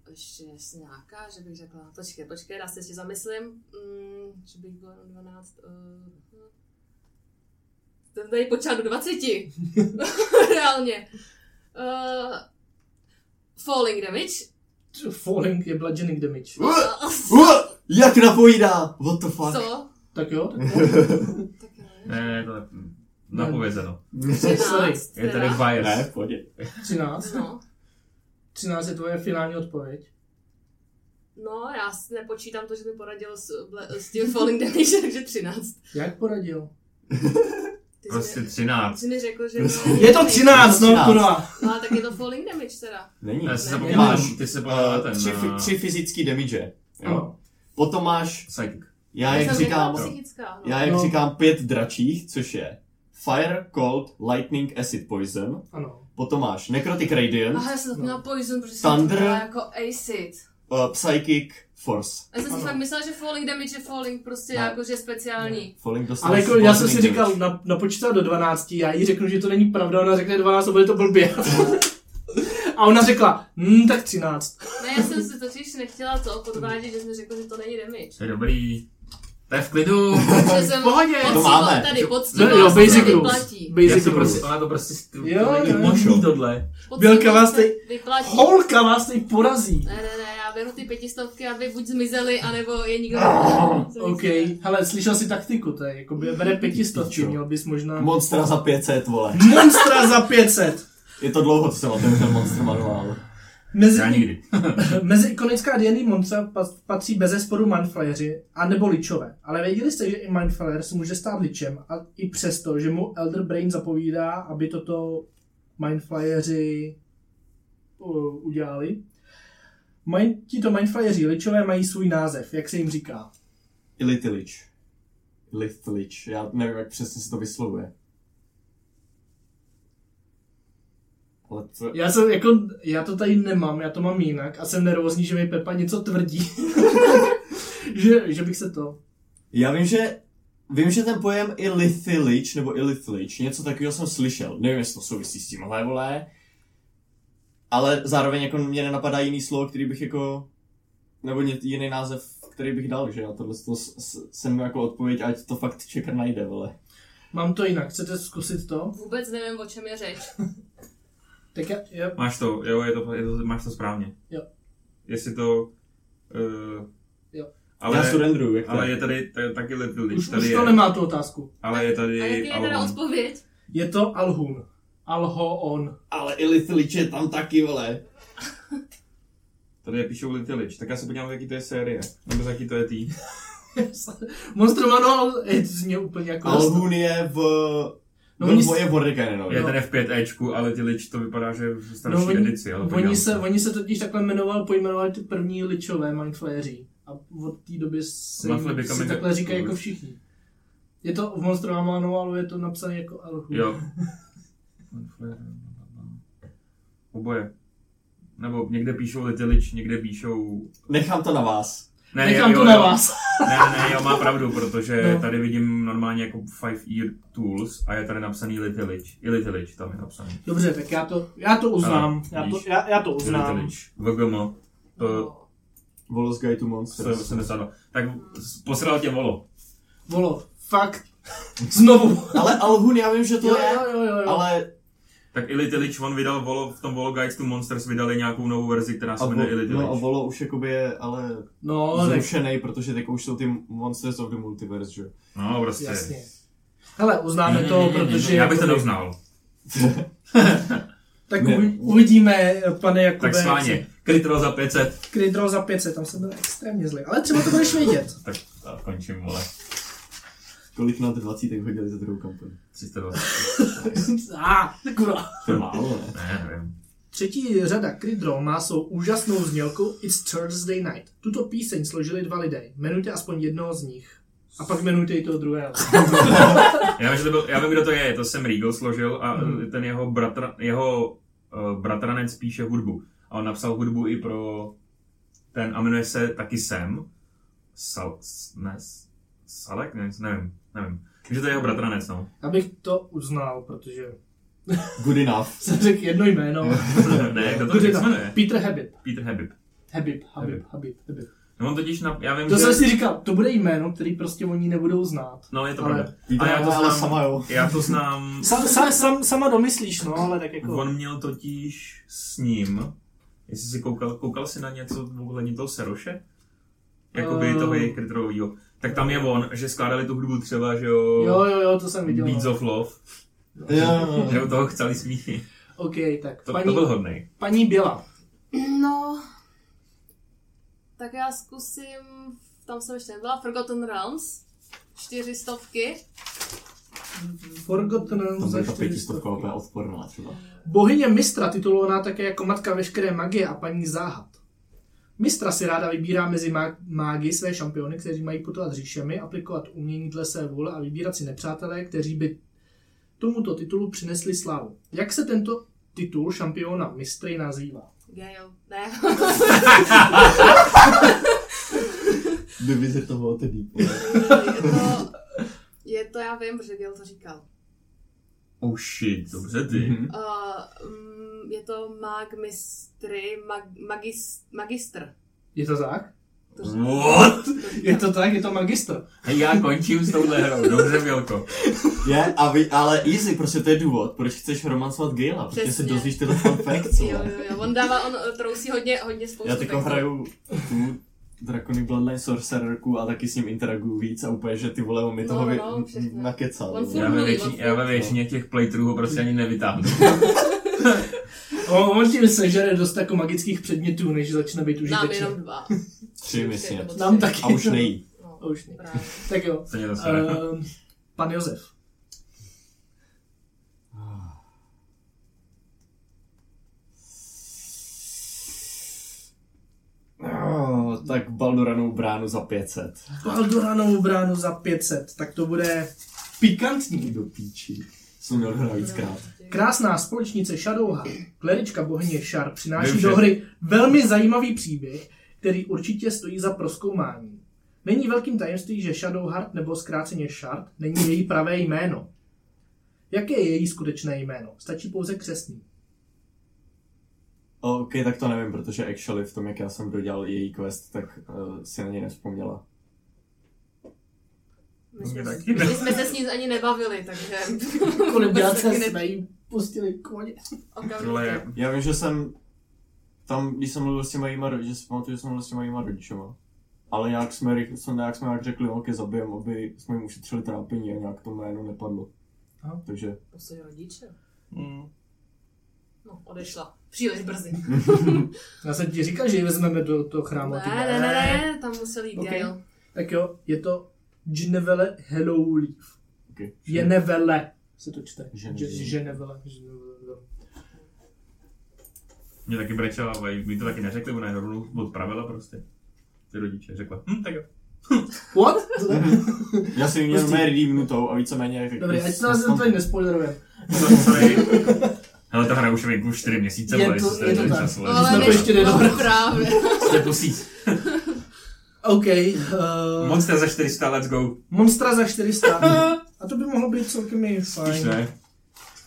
Speaker 5: Ještě jestli nějaká, že bych řekla, počkej, počkej, já se ještě zamyslím, mm, že bych byla na 12. Uh, ten tady počát do 20. Reálně. Uh, falling damage.
Speaker 3: Falling je bludgeoning damage.
Speaker 4: Uh, uh, Jak napojídá! What the fuck?
Speaker 5: Co?
Speaker 3: Tak jo, tak
Speaker 5: Tak jo.
Speaker 2: Ne, ne, to je napovězeno.
Speaker 5: 13.
Speaker 2: Je tady
Speaker 5: teda.
Speaker 4: Ne,
Speaker 2: bias.
Speaker 4: v pohodě.
Speaker 3: 13.
Speaker 5: No.
Speaker 3: 13 je tvoje finální odpověď.
Speaker 5: No, já si nepočítám to, že mi poradil s, ble- s tím falling damage, takže 13.
Speaker 3: Jak poradil?
Speaker 5: Ty jsi
Speaker 2: Prostě
Speaker 5: mi-
Speaker 2: 13.
Speaker 5: Jsi mi řekl, že...
Speaker 3: Je to 13, no
Speaker 4: 13.
Speaker 3: kurva.
Speaker 5: No, ale tak je to falling damage teda.
Speaker 4: Není.
Speaker 2: Já si zapomněl,
Speaker 4: Máš
Speaker 2: ty se pojala
Speaker 4: eh,
Speaker 2: ten
Speaker 4: tři,
Speaker 2: eh,
Speaker 4: fi- tři fyzický damage. Jo.
Speaker 3: Ano.
Speaker 4: Potom máš,
Speaker 2: psychic.
Speaker 4: já
Speaker 5: jsem
Speaker 4: jak
Speaker 5: řekla
Speaker 4: říkám,
Speaker 5: psychická, no.
Speaker 4: já jak
Speaker 3: No.
Speaker 4: říkám pět dračích, což je Fire, Cold, Lightning, Acid, Poison.
Speaker 3: ano.
Speaker 4: Potom máš Necrotic Radiant.
Speaker 5: Aha, já jsem to měla poison, protože
Speaker 4: Thunder.
Speaker 5: jsem to měla jako acid.
Speaker 4: uh, Psychic Force.
Speaker 5: Já jsem si
Speaker 3: Ano.
Speaker 5: fakt myslela, že falling damage je falling, prostě
Speaker 4: Ne.
Speaker 5: jako, že speciální.
Speaker 4: Falling dostal
Speaker 3: Ale jako, já jsem si
Speaker 4: bludgeoning
Speaker 3: říkal,
Speaker 4: damage.
Speaker 3: na, napočítal do 12, já jí řeknu, že to není pravda, ona řekne 12 a bude to blbě. a ona řekla, hm, tak 13.
Speaker 5: Ne, já jsem si totiž nechtěla to podvádět, že jsem řekla, že to není damage.
Speaker 2: To je dobrý. To je v klidu.
Speaker 5: Že jsem
Speaker 3: V pohodě.
Speaker 5: poctivo-
Speaker 4: To máme.
Speaker 5: Tady
Speaker 3: No,
Speaker 5: poctivo,
Speaker 3: jo,
Speaker 5: se
Speaker 3: basic
Speaker 5: to
Speaker 3: rules.
Speaker 5: vyplatí.
Speaker 2: Já
Speaker 3: Basic
Speaker 2: to
Speaker 3: rules.
Speaker 2: prostě, ona to prostě, to
Speaker 3: Jo,
Speaker 2: to není
Speaker 3: jo.
Speaker 2: možný tohle.
Speaker 5: Poctivo
Speaker 3: Bělka vás
Speaker 5: se
Speaker 3: teď-
Speaker 5: Vyplatí.
Speaker 3: Holka vás tady porazí.
Speaker 5: Ne, ne, ne, já beru ty pětistovky, aby buď zmizely, anebo je nikdo...
Speaker 3: OK, hele, slyšel jsi taktiku, to je jako by- bere pětistovky, měl bys možná...
Speaker 4: Monstra za 500, vole.
Speaker 3: Monstra za 500!
Speaker 4: Je to dlouho, co jsem otevřel Monster Manuál.
Speaker 3: Mezi,
Speaker 2: Já nikdy.
Speaker 3: mezi ikonická D&D monstra pa- patří beze sporu Mindflayeři a nebo ličové. Ale věděli jste, že i Mindflayer se může stát ličem a i přesto, že mu Elder Brain zapovídá, aby toto Mindflayeři uh, udělali. Mají, tito Mindflayeři ličové mají svůj název, jak se jim říká.
Speaker 4: Ilitilich. Ilitilich. Já nevím, jak přesně se to vyslovuje. Ale to...
Speaker 3: Já jsem jako, já to tady nemám, já to mám jinak a jsem nervózní, že mi Pepa něco tvrdí. že, že bych se to...
Speaker 4: Já vím, že Vím, že ten pojem Ilithilich nebo Ilithilich, něco takového jsem slyšel. Nevím, jestli to souvisí s tím, ale vole. Ale zároveň jako mě nenapadá jiný slovo, který bych jako... Nebo ně- jiný název, který bych dal, že jo? Tohle to s- s- jsem jako odpověď, ať to fakt checker najde, vole.
Speaker 3: Mám to jinak, chcete zkusit to?
Speaker 5: Vůbec nevím, o čem je řeč.
Speaker 3: Tak já, já
Speaker 2: Máš to, jo, je to, je to máš to správně.
Speaker 3: Jo.
Speaker 2: Jestli to... Uh,
Speaker 3: Jo.
Speaker 4: Ale, Já
Speaker 2: Ale,
Speaker 4: surrendruju, jak
Speaker 2: ale
Speaker 4: to
Speaker 2: je tady t- taky Little League,
Speaker 3: už,
Speaker 2: tady
Speaker 3: už
Speaker 2: je,
Speaker 3: to nemá tu otázku.
Speaker 2: ale je
Speaker 5: A
Speaker 2: tady
Speaker 5: jaký je teda
Speaker 2: Alon.
Speaker 5: odpověď?
Speaker 3: Je to Alhun. Alho-on.
Speaker 4: Ale Ilithilich je tam taky, vole.
Speaker 2: Tady je píšou Little League, tak já se podívám, z jaký to je série, nebo z jaký to je tý.
Speaker 3: Monster Manual, je to zní úplně jako...
Speaker 4: Alhun je v...
Speaker 3: No
Speaker 4: No,
Speaker 3: oni s-
Speaker 4: moje Vordekanenovi.
Speaker 2: Je
Speaker 3: No.
Speaker 2: tady v 5 Ečku, ale ty League to vypadá, že je v starší
Speaker 3: No,
Speaker 2: no,
Speaker 3: oni,
Speaker 2: edici, ale
Speaker 3: oni,
Speaker 2: podívám
Speaker 3: se, oni se totiž takhle jmenoval, pojmenovali ty první ličové mindflayeři. A od té doby se
Speaker 2: Monthly
Speaker 3: jim, si
Speaker 2: Becoming
Speaker 3: takhle
Speaker 2: a-
Speaker 3: říkají jako všichni. Je to v Monster Manualu, je to napsané jako Alhun.
Speaker 2: Jo. Oboje. Nebo někde píšou Little League, někde píšou...
Speaker 4: Nechám to na vás.
Speaker 2: Ne,
Speaker 3: Nechám
Speaker 2: jo,
Speaker 3: to
Speaker 2: jo,
Speaker 3: na
Speaker 2: jo.
Speaker 3: vás.
Speaker 2: Ne, ne, jo, má pravdu, protože
Speaker 3: No.
Speaker 2: no. tady vidím normálně jako Five Ear Tools a je tady napsaný Litilich. I Litilich tam je napsaný.
Speaker 3: Dobře, tak já to, já to uznám.
Speaker 2: Ano,
Speaker 3: já, to,
Speaker 2: vidíš.
Speaker 3: já, já to uznám.
Speaker 2: Litilich. VGM. To
Speaker 3: No.
Speaker 4: Volos Guide to Monsters.
Speaker 2: 72. Tak s- posral tě volo.
Speaker 3: Volo, fakt. Znovu.
Speaker 4: Ale Alhun, já vím, že to
Speaker 3: Jo,
Speaker 4: je.
Speaker 3: jo, jo, jo.
Speaker 4: Ale
Speaker 2: Tak i Litilich, on vydal volo, v tom Volo Guides to Monsters vydali nějakou novou verzi, která
Speaker 4: a,
Speaker 2: se jmenuje i
Speaker 4: vo, no, a
Speaker 2: Litilich.
Speaker 4: Volo už jakoby je ale
Speaker 3: No, tak
Speaker 4: zrušený, protože teď už jsou ty Monsters of the Multiverse, že? jo?
Speaker 2: No, prostě.
Speaker 3: Jasně. Hele, uznáme to, protože...
Speaker 2: Mm-hmm.
Speaker 3: jako-
Speaker 2: Já bych to
Speaker 3: jakoby-
Speaker 2: neuznal.
Speaker 3: Tak
Speaker 4: Ne.
Speaker 3: uvi- uvidíme, pane Jakube.
Speaker 2: Tak sváně. Krytro za 500.
Speaker 3: Krydro za 500, tam jsem byl extrémně zlý. Ale třeba to budeš vědět.
Speaker 2: Tak a končím, vole.
Speaker 4: Kolik na ty 20 tak hodili za druhou kampaň?
Speaker 2: 320.
Speaker 3: ah, kurva.
Speaker 4: To je málo, ne?
Speaker 2: Ne, nevím.
Speaker 3: Třetí řada Krydro má svou úžasnou znělku It's Thursday Night. Tuto píseň složili dva lidé. Jmenujte aspoň jednoho z nich. A pak jmenujte i toho druhého.
Speaker 2: Já vím, že to byl, já vím, kdo to je, to jsem Regal složil a
Speaker 3: Hmm.
Speaker 2: eh, ten jeho, bratra, jeho uh, bratranec píše hudbu. A on napsal hudbu i pro ten, a jmenuje se taky Sam. Sal, s- ne, s- Salek? Ne, nevím, nevím. Vím, že to je jeho bratranec, no.
Speaker 3: Abych to uznal, protože
Speaker 4: Good enough.
Speaker 3: jsem řekl jedno jméno.
Speaker 2: ne, kdo to
Speaker 3: Kdo
Speaker 2: se
Speaker 3: je to?
Speaker 2: jmenuje?
Speaker 3: Peter Habib.
Speaker 2: Peter Habib.
Speaker 3: Habib, Habib,
Speaker 2: Habib.
Speaker 3: Habib, Habib.
Speaker 2: No on totiž, na, já vím,
Speaker 3: To
Speaker 2: že...
Speaker 3: jsem si říkal, to bude jméno, který prostě oni nebudou znát.
Speaker 2: No, je to
Speaker 3: Ale-
Speaker 2: pravda.
Speaker 4: Víte,
Speaker 2: Ale já to
Speaker 4: ale
Speaker 2: znám.
Speaker 4: sama jo.
Speaker 2: Já to znám...
Speaker 3: Sam, sam, sam, sama domyslíš, no, ale tak jako...
Speaker 2: On měl totiž s ním, jestli jsi koukal, koukal jsi na něco ohledně toho Seroše? Jakoby
Speaker 3: Eh.
Speaker 2: toho jejich krytrovýho. Tak tam je on, že skládali tu hudbu třeba, že jo,
Speaker 3: Jo, jo, jo, to jsem viděl.
Speaker 2: Beats
Speaker 3: no.
Speaker 2: of Love,
Speaker 4: Jo.
Speaker 2: že u toho chceli smíchy.
Speaker 3: OK, tak
Speaker 2: To,
Speaker 3: paní,
Speaker 2: to byl hodnej.
Speaker 3: paní Běla.
Speaker 5: No, tak já zkusím, tam jsem ještě nebyla, Forgotten Realms, čtyři stovky.
Speaker 3: Forgotten
Speaker 4: Tam
Speaker 3: Realms
Speaker 2: jako
Speaker 3: za
Speaker 4: bude ta
Speaker 3: čtyři
Speaker 4: pětistovka
Speaker 3: stovky.
Speaker 4: úplně odporná třeba.
Speaker 3: Bohyně Mistra titulovaná také jako matka veškeré magie a paní záhad. Mistra si ráda vybírá mezi má- mágy své šampiony, kteří mají putovat říšemi, aplikovat umění dle své vůle a vybírat si nepřátelé, kteří by tomuto titulu přinesli slávu. Jak se tento titul šampiona mistry nazývá?
Speaker 5: Gail. Ne.
Speaker 4: The Wizard toho otevý.
Speaker 5: je to, je to, já vím, protože Gail to říkal.
Speaker 2: Oh shit, dobře ty.
Speaker 3: Mhm.
Speaker 5: Uh, mm, je to mag mistry, mag, magis, magistr.
Speaker 3: Je to tak?
Speaker 5: To říkal.
Speaker 2: What?
Speaker 3: Je to tak, je to magistr.
Speaker 2: Hej, já končím s touhle hrou, dobře Bělko.
Speaker 4: Je, a vy, ale easy, prostě to je důvod, proč chceš romancovat Gayla, protože se
Speaker 5: Přesně.
Speaker 4: dozvíš tyhle fun facts,
Speaker 5: Jo,
Speaker 4: vole.
Speaker 5: jo, jo, on dává, on eh, trousí hodně, hodně spoustu
Speaker 4: Já teď
Speaker 5: textů.
Speaker 4: hraju tu Draconic Bloodline Sorcererku a taky s ním interaguju víc a úplně, že ty vole, on mi toho
Speaker 5: No,
Speaker 4: vy-
Speaker 5: no, přesně.
Speaker 4: nakecal.
Speaker 5: On
Speaker 4: vole.
Speaker 5: furt
Speaker 2: Já ve
Speaker 5: mluví,
Speaker 2: většině, já ve většině těch playthroughů prostě ani nevytáhnu.
Speaker 3: On, on tím sežere dost jako magických předmětů, než začne být
Speaker 5: Nám
Speaker 3: užitečný.
Speaker 5: jenom dva.
Speaker 4: Tři, myslím.
Speaker 5: Nebo
Speaker 3: Nám
Speaker 5: tři.
Speaker 3: taky.
Speaker 4: A už nejí.
Speaker 5: No,
Speaker 3: A už ne.
Speaker 5: právě.
Speaker 3: Tak jo.
Speaker 2: To mě to sere.
Speaker 3: Ehm, pan Josef.
Speaker 4: Oh, tak Balduranou bránu za 500.
Speaker 3: Kalduranovou bránu za 500, tak to bude pikantní.
Speaker 4: Do píči. Jsem měl hrát víckrát.
Speaker 3: Krásná společnice Shadowha, klerička bohyně Shar, přináší
Speaker 2: Vím,
Speaker 3: do
Speaker 2: že-
Speaker 3: hry velmi zajímavý příběh, který určitě stojí za proskoumání. Není velkým tajemství, že Shadowheart nebo zkráceně Shard není její pravé jméno. Jaké je její skutečné jméno? Stačí pouze křesný. No.
Speaker 4: OK, tak to nevím, protože actually v tom, jak já jsem dodělal její quest, tak uh, si na něj nevzpomněla.
Speaker 5: My jsme,
Speaker 2: Mě
Speaker 5: se,
Speaker 2: taky ne.
Speaker 5: my jsme se s ní ani nebavili, takže...
Speaker 3: Kolik
Speaker 5: vůbec taky
Speaker 3: jsme jí pustili koně.
Speaker 2: Tohle
Speaker 5: Okamžitě.
Speaker 4: Já vím, že jsem tam, když jsem mluvil s těma jejíma rodiči, že si pamatuju, že jsem mluvil s těma jejíma rodičema. Ale nějak jsme, rychle, jsme, nějak jsme jak řekli, ok, zabijem, aby jsme jim ušetřili trápení a nějak to jméno nepadlo.
Speaker 3: Aha.
Speaker 4: Takže
Speaker 5: Poslední rodiče.
Speaker 3: Mm.
Speaker 5: No, odešla. Příliš brzy.
Speaker 3: Já jsem ti říkal, že ji vezmeme do toho chrámu.
Speaker 5: Ne,
Speaker 3: ty
Speaker 5: ne, ne, ne, tam musel jít
Speaker 3: Ok.
Speaker 5: okay. Gail.
Speaker 3: Tak jo, je to Genevele Hello Leaf.
Speaker 4: okay.
Speaker 3: Genevele se to čte.
Speaker 4: Genevele.
Speaker 3: Ge- Genevele. Genevele.
Speaker 2: mě taky brečela, ale mi to taky neřekli, ona je rovnou odpravila prostě. Ty rodiče řekla, hm, tak jo.
Speaker 3: What?
Speaker 4: Já jsem jim měl
Speaker 3: Prostě-
Speaker 4: mé redeemnutou a víceméně jak
Speaker 3: Dobrý, ať se nás
Speaker 4: jsme-
Speaker 3: to tady nespoilerujeme.
Speaker 2: Sorry, sorry. Hele, ta hra už je venku 4 měsíce,
Speaker 3: Je
Speaker 2: vole,
Speaker 3: to-
Speaker 2: jestli jste
Speaker 3: je No, to
Speaker 2: neměli
Speaker 3: tak.
Speaker 2: čas, vole,
Speaker 3: Ale
Speaker 2: že
Speaker 3: my-
Speaker 2: jste-
Speaker 3: ještě nedobrali.
Speaker 5: no, právě.
Speaker 2: jste pusíc.
Speaker 3: OK. Uh,
Speaker 2: Monster za 400, let's go.
Speaker 3: Monstra za 400. A to by mohlo být celkem i
Speaker 2: Víš,
Speaker 3: fajn.
Speaker 2: ne?
Speaker 3: Já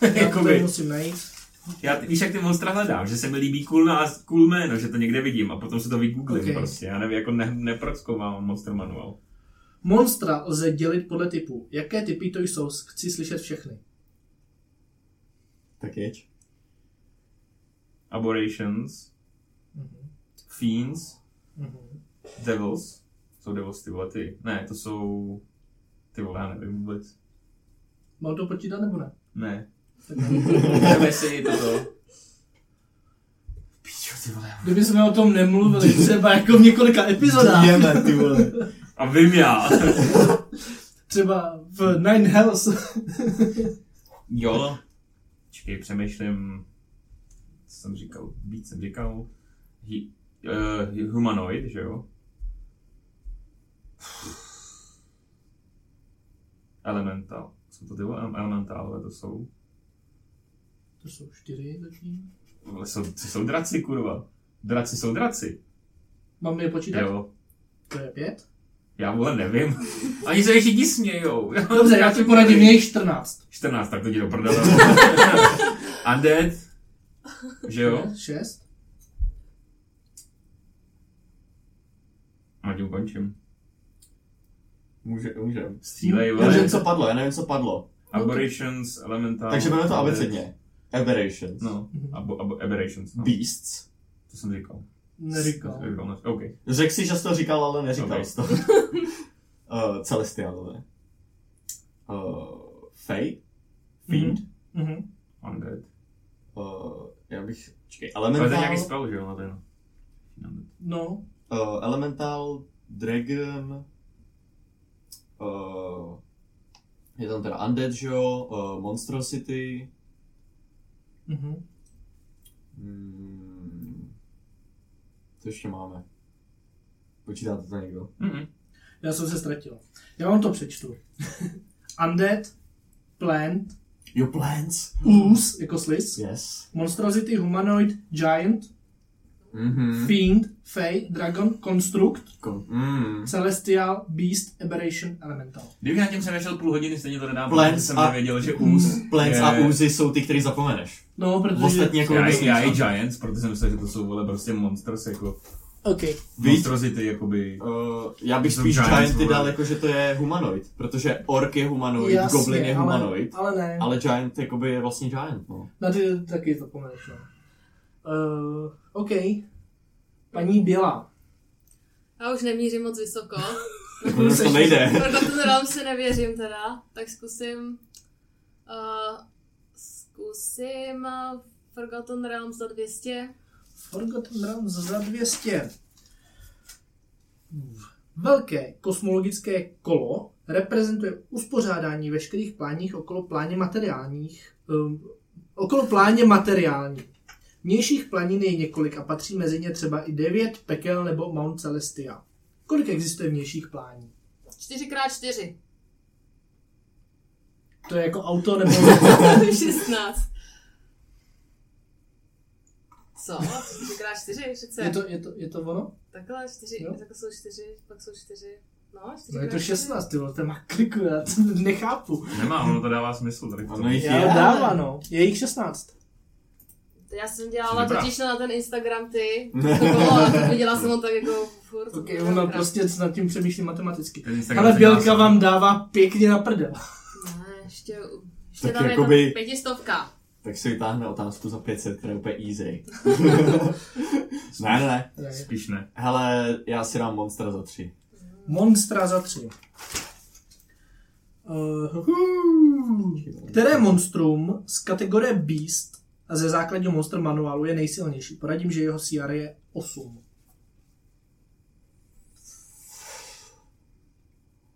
Speaker 3: to tady
Speaker 2: Jakoby,
Speaker 3: musím najít.
Speaker 2: já, víš, jak ty monstra hledám, že se mi líbí cool, nás, cool jméno, že to někde vidím a potom se to vygooglím
Speaker 3: Ok.
Speaker 2: prostě. Já nevím, jako ne, neprockoumám monster manual.
Speaker 3: Monstra lze dělit podle typu. Jaké typy to jsou? Chci slyšet všechny.
Speaker 4: Tak jeď.
Speaker 2: Aberrations, Fiends,
Speaker 3: Mhm.
Speaker 2: Devils, jsou Devils ty vole ty, ne, to jsou, ty vole, já nevím vůbec,
Speaker 3: Mám to počítat nebo ne?
Speaker 2: ne.
Speaker 3: Tak ne.
Speaker 2: Jdeme si toto.
Speaker 4: Píčo, ty vole.
Speaker 3: Kdyby jsme o tom nemluvili třeba jako v několika epizodách.
Speaker 4: Jeme, ty vole.
Speaker 2: A vím já.
Speaker 3: Třeba v Nine Hells.
Speaker 2: Jo. Čekej, přemýšlím, co jsem říkal, víc jsem říkal, Hi, uh, humanoid, že jo? Elemental. Jsou to ty vole? elementálové, to jsou.
Speaker 3: To jsou čtyři zatím.
Speaker 2: Vole, jsou, to jsou draci, kurva. Draci jsou draci.
Speaker 3: Mám je počítat?
Speaker 2: Jo.
Speaker 3: To je pět.
Speaker 2: Já vole nevím. Oni se všichni smějou.
Speaker 3: Dobře, já ti poradím, je jich 14.
Speaker 2: 14, tak to jdi do prdele. Undead. Že jo?
Speaker 3: 6.
Speaker 2: Ať ukončím.
Speaker 4: Může, můžem.
Speaker 2: Střílej,
Speaker 4: Já nevím,
Speaker 2: vole.
Speaker 4: co padlo, já nevím, co padlo.
Speaker 2: Aberrations, Elemental.
Speaker 4: Takže budeme to
Speaker 2: Undead.
Speaker 4: abecedně. Aberrations.
Speaker 2: No, abo, abo, Aberrations. No.
Speaker 4: Beasts.
Speaker 2: To jsem říkal. To
Speaker 3: Neříkal.
Speaker 2: jsem říkal. no, OK.
Speaker 4: Řekl si, že jsi to říkal, ale neříkal
Speaker 2: Dobrý.
Speaker 4: jsi to. uh, celestiálové. Uh, Fey? Fiend?
Speaker 3: Mhm.
Speaker 2: Undead.
Speaker 4: Uh, já bych... Čekej,
Speaker 2: Ale to je
Speaker 4: Elemental...
Speaker 2: nějaký spell, že jo? Na ten. Undead.
Speaker 3: No,
Speaker 4: Uh, elemental... Dragon... Uh, je tam teda Undead, že jo? Uh, Monstrosity...
Speaker 3: mhm.
Speaker 4: Hmm, co ještě máme? Počítá to někdo?
Speaker 2: Mhm.
Speaker 3: já jsem se ztratil. Já vám to přečtu. Undead, Plant,
Speaker 4: Your plans?
Speaker 3: Ooze jako sliz,
Speaker 4: Yes.
Speaker 3: Monstrosity, Humanoid, Giant,
Speaker 4: Mhm.
Speaker 3: Fiend, Fey, Dragon, Construct,
Speaker 4: Kon-
Speaker 3: Hmm.
Speaker 4: Mm.
Speaker 3: Celestial, Beast, Aberration, Elemental.
Speaker 2: Kdybych na tím jsem našel půl hodiny, stejně to nedám,
Speaker 4: Plants
Speaker 2: protože jsem
Speaker 4: a-
Speaker 2: nevěděl, že ús
Speaker 4: Plants
Speaker 2: je-
Speaker 4: a úzy jsou ty, které zapomeneš.
Speaker 3: No, protože...
Speaker 4: Ostatní jako
Speaker 2: Já,
Speaker 4: vymyslíš,
Speaker 2: já i
Speaker 4: no.
Speaker 2: Giants, protože jsem myslel, že to jsou vole prostě monsters, jako
Speaker 3: OK.
Speaker 4: Víš?
Speaker 2: monstrozity, jakoby.
Speaker 4: Uh, já bych
Speaker 2: Jsou
Speaker 4: spíš
Speaker 2: Giants,
Speaker 4: Gianty
Speaker 2: vole.
Speaker 4: dal jako, že to je humanoid, protože ork No, je humanoid,
Speaker 3: Jasně,
Speaker 4: goblin je
Speaker 3: ale,
Speaker 4: humanoid, ale,
Speaker 3: ale ne.
Speaker 4: ale Giant jakoby je vlastně Giant, no.
Speaker 3: Na ty taky zapomeneš, no. Uh, OK. Paní Bělá.
Speaker 5: Já už nemířím moc vysoko,
Speaker 4: Tak ono to nejde.
Speaker 5: proto to dám si nevěřím teda, tak zkusím, uh, zkusím uh, Forgotten Realms za 200.
Speaker 3: Forgotten Realms za 200. Velké kosmologické kolo reprezentuje uspořádání veškerých pláních okolo pláně materiálních. Um, okolo pláně materiální. Vnějších planin je několik a patří mezi ně třeba i 9 pekel nebo Mount Celestia. Kolik existuje vnějších plání?
Speaker 5: 4x4.
Speaker 3: To je jako auto nebo...
Speaker 5: 16. Co? 4x4?
Speaker 3: je,
Speaker 5: 30.
Speaker 3: to, je, to, je to ono?
Speaker 5: Takhle 4,
Speaker 3: Jo.
Speaker 5: takhle jsou 4, pak jsou 4. No, 4
Speaker 3: No je to 16, ty vole, to má kliku, já to nechápu.
Speaker 2: Nemá, ono to dává smysl. Tady to.
Speaker 4: Ono jich
Speaker 3: Já
Speaker 4: je.
Speaker 3: dává, no. Je jich 16.
Speaker 5: Já jsem dělala
Speaker 2: Dobrá.
Speaker 5: totiž na ten Instagram ty, to bylo, a to viděla jsem ho tak jako furt.
Speaker 3: Ok, ona prostě nad tím přemýšlí matematicky.
Speaker 2: Ten Instagram
Speaker 3: Ale
Speaker 2: se
Speaker 3: Bělka
Speaker 2: dá-
Speaker 3: vám dává pěkně na prdel.
Speaker 5: Ne, ještě, ještě
Speaker 4: Tak
Speaker 5: tam je
Speaker 4: jakoby-
Speaker 5: ta pětistovka.
Speaker 4: Tak si vytáhne otázku za 500, to je úplně easy. ne, ne, ne.
Speaker 2: Spíš ne.
Speaker 4: Hele, já si dám Monstra za tři.
Speaker 3: Monstra za tři. Uh, hů. které monstrum z kategorie Beast a ze základního monster manuálu je nejsilnější? Poradím, že jeho CR je 8.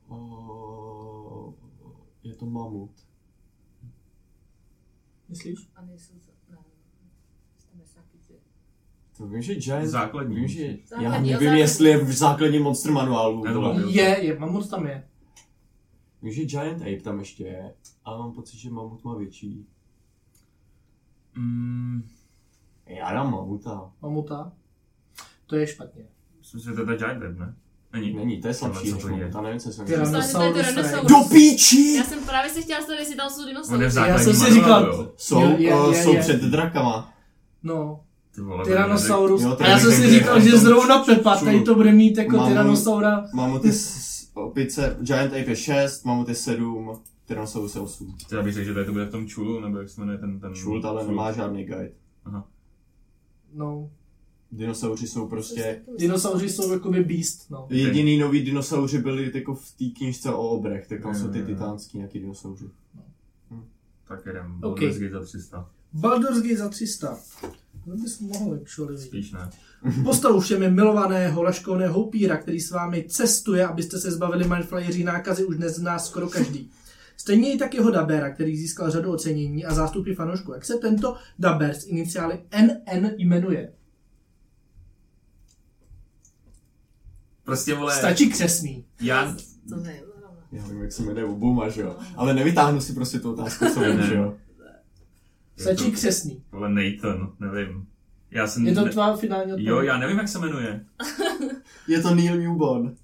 Speaker 4: O, Eh, je to mamut.
Speaker 3: Myslíš?
Speaker 5: A nejsou to, ne, tam je nějaký ty.
Speaker 4: To vím, že Giant...
Speaker 2: Základní.
Speaker 4: Vím, že...
Speaker 5: Základní,
Speaker 4: já
Speaker 5: jo,
Speaker 4: nevím,
Speaker 5: základní.
Speaker 4: jestli je v základním Monster manuálu.
Speaker 2: Ne, to
Speaker 4: vole.
Speaker 2: bylo-
Speaker 3: Je, je, mamut tam je.
Speaker 4: Vím, že Giant Ape tam ještě je, ale mám pocit, že mamut má větší.
Speaker 2: Mm,
Speaker 4: Já dám mamuta.
Speaker 3: Mamuta. To je špatně.
Speaker 2: myslím, si, že to je ta Giant Web, ne? Není.
Speaker 4: Není, to je slabší
Speaker 2: co
Speaker 4: než
Speaker 2: to je?
Speaker 4: mamuta, nevím, co jsem
Speaker 3: Teda-
Speaker 5: Myslím, že to je
Speaker 3: Dinosaurus
Speaker 5: Tyrannosaurus.
Speaker 4: Do píči!
Speaker 5: Já jsem právě se chtěla stát, jestli tam jsou
Speaker 2: On je v
Speaker 5: dinosauři.
Speaker 2: základním
Speaker 3: jsem si
Speaker 2: manuálu,
Speaker 3: říkal-
Speaker 2: jo.
Speaker 4: Jsou,
Speaker 3: Jo, je,
Speaker 4: eh,
Speaker 3: je,
Speaker 4: jsou
Speaker 3: je.
Speaker 4: před drakama.
Speaker 3: No,
Speaker 2: Ty vole,
Speaker 3: Tyrannosaurus.
Speaker 4: Jo, to
Speaker 3: a já
Speaker 4: je
Speaker 3: jsem si
Speaker 4: někde
Speaker 3: říkal,
Speaker 4: v
Speaker 3: že
Speaker 4: tom
Speaker 3: zrovna Pepa
Speaker 4: čuču.
Speaker 3: tady to bude mít jako
Speaker 4: Mamut.
Speaker 3: Tyrannosaura.
Speaker 4: Mamuty s opice, Giant Ape je 6, mamut je 7, Tyrannosaurus je 8.
Speaker 2: To Já bych řekl, že tady to bude v tom čulu, nebo jak se jmenuje ten... ten
Speaker 4: Šult ale nemá žádný guide.
Speaker 3: No,
Speaker 4: Dinosauři jsou prostě...
Speaker 3: dinosauři jsou jakoby beast, no.
Speaker 4: Jediný nový dinosauři byli jako v té knižce o obrech, tak tam
Speaker 2: Jo,
Speaker 4: jsou ty
Speaker 2: jo, jo.
Speaker 4: titánský nějaký dinosauři.
Speaker 2: Tak jdem,
Speaker 3: Ok.
Speaker 2: okay. za 300.
Speaker 3: Baldur's Gate za 300. To bys mohl actually vidět.
Speaker 2: Spíš ne.
Speaker 3: Postavu všemi milovaného laškovného houpíra, který s vámi cestuje, abyste se zbavili mindflayeří nákazy, už dnes zná skoro každý. Stejně i tak jeho Dabera, který získal řadu ocenění a zástupy fanoušků. Jak se tento Daber s iniciály NN jmenuje?
Speaker 2: Prostě vole,
Speaker 3: Stačí křesný.
Speaker 2: já...
Speaker 5: To nevím, zrovna.
Speaker 4: Já vím, jak se jmenuje obouma, že jo. Ale nevytáhnu si prostě tu otázku, co vím, že jo.
Speaker 3: Stačí
Speaker 2: Je to-
Speaker 3: křesný.
Speaker 2: Vole Nathan, nevím. Já jsem...
Speaker 3: Je to
Speaker 2: ne-
Speaker 3: tvá finální odpověď?
Speaker 2: Jo, já nevím, jak se jmenuje.
Speaker 4: Je to Neil Newborn.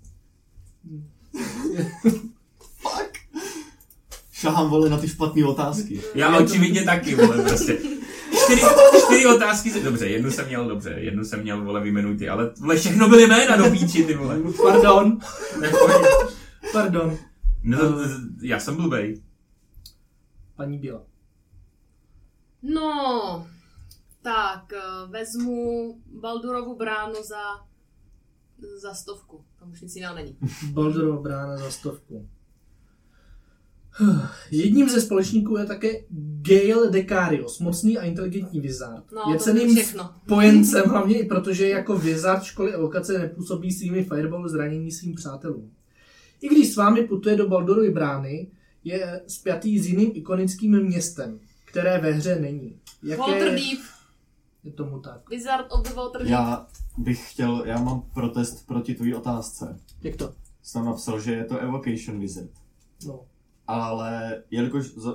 Speaker 4: Fuck. Šahám vole na ty špatné otázky.
Speaker 2: Já očividně taky, vole, prostě. Čtyři, čtyři otázky, z- dobře, jednu jsem měl, dobře, jednu jsem měl, vole, vyjmenuj ty, ale vole, všechno byly jména do píči, ty vole.
Speaker 3: Pardon,
Speaker 2: Ne, v pohodě.
Speaker 3: pardon.
Speaker 2: Ne, to, to, já jsem blbej.
Speaker 3: Paní Běla.
Speaker 5: No, tak eh, vezmu Baldurovu bránu za, za stovku. Tam už nic jiného není.
Speaker 3: Baldurova brána za stovku. Jedním ze společníků je také Gale Decarius, mocný a inteligentní vizard.
Speaker 5: No,
Speaker 3: je
Speaker 5: to
Speaker 3: ceným
Speaker 5: je všechno.
Speaker 3: spojencem hlavně i protože jako vizard školy evokace nepůsobí svými fireball zranění svým přátelům. I když s vámi putuje do Baldurovy brány, je spjatý s jiným ikonickým městem, které ve hře není. je,
Speaker 5: Waterdeep,
Speaker 3: je tomu tak?
Speaker 5: Wizard of the Waterdeep.
Speaker 4: Já bych chtěl, já mám protest proti tvojí otázce.
Speaker 3: Jak to?
Speaker 4: Jsi tam napsal, že je to Evocation Wizard.
Speaker 3: No.
Speaker 4: Ale jelikož za,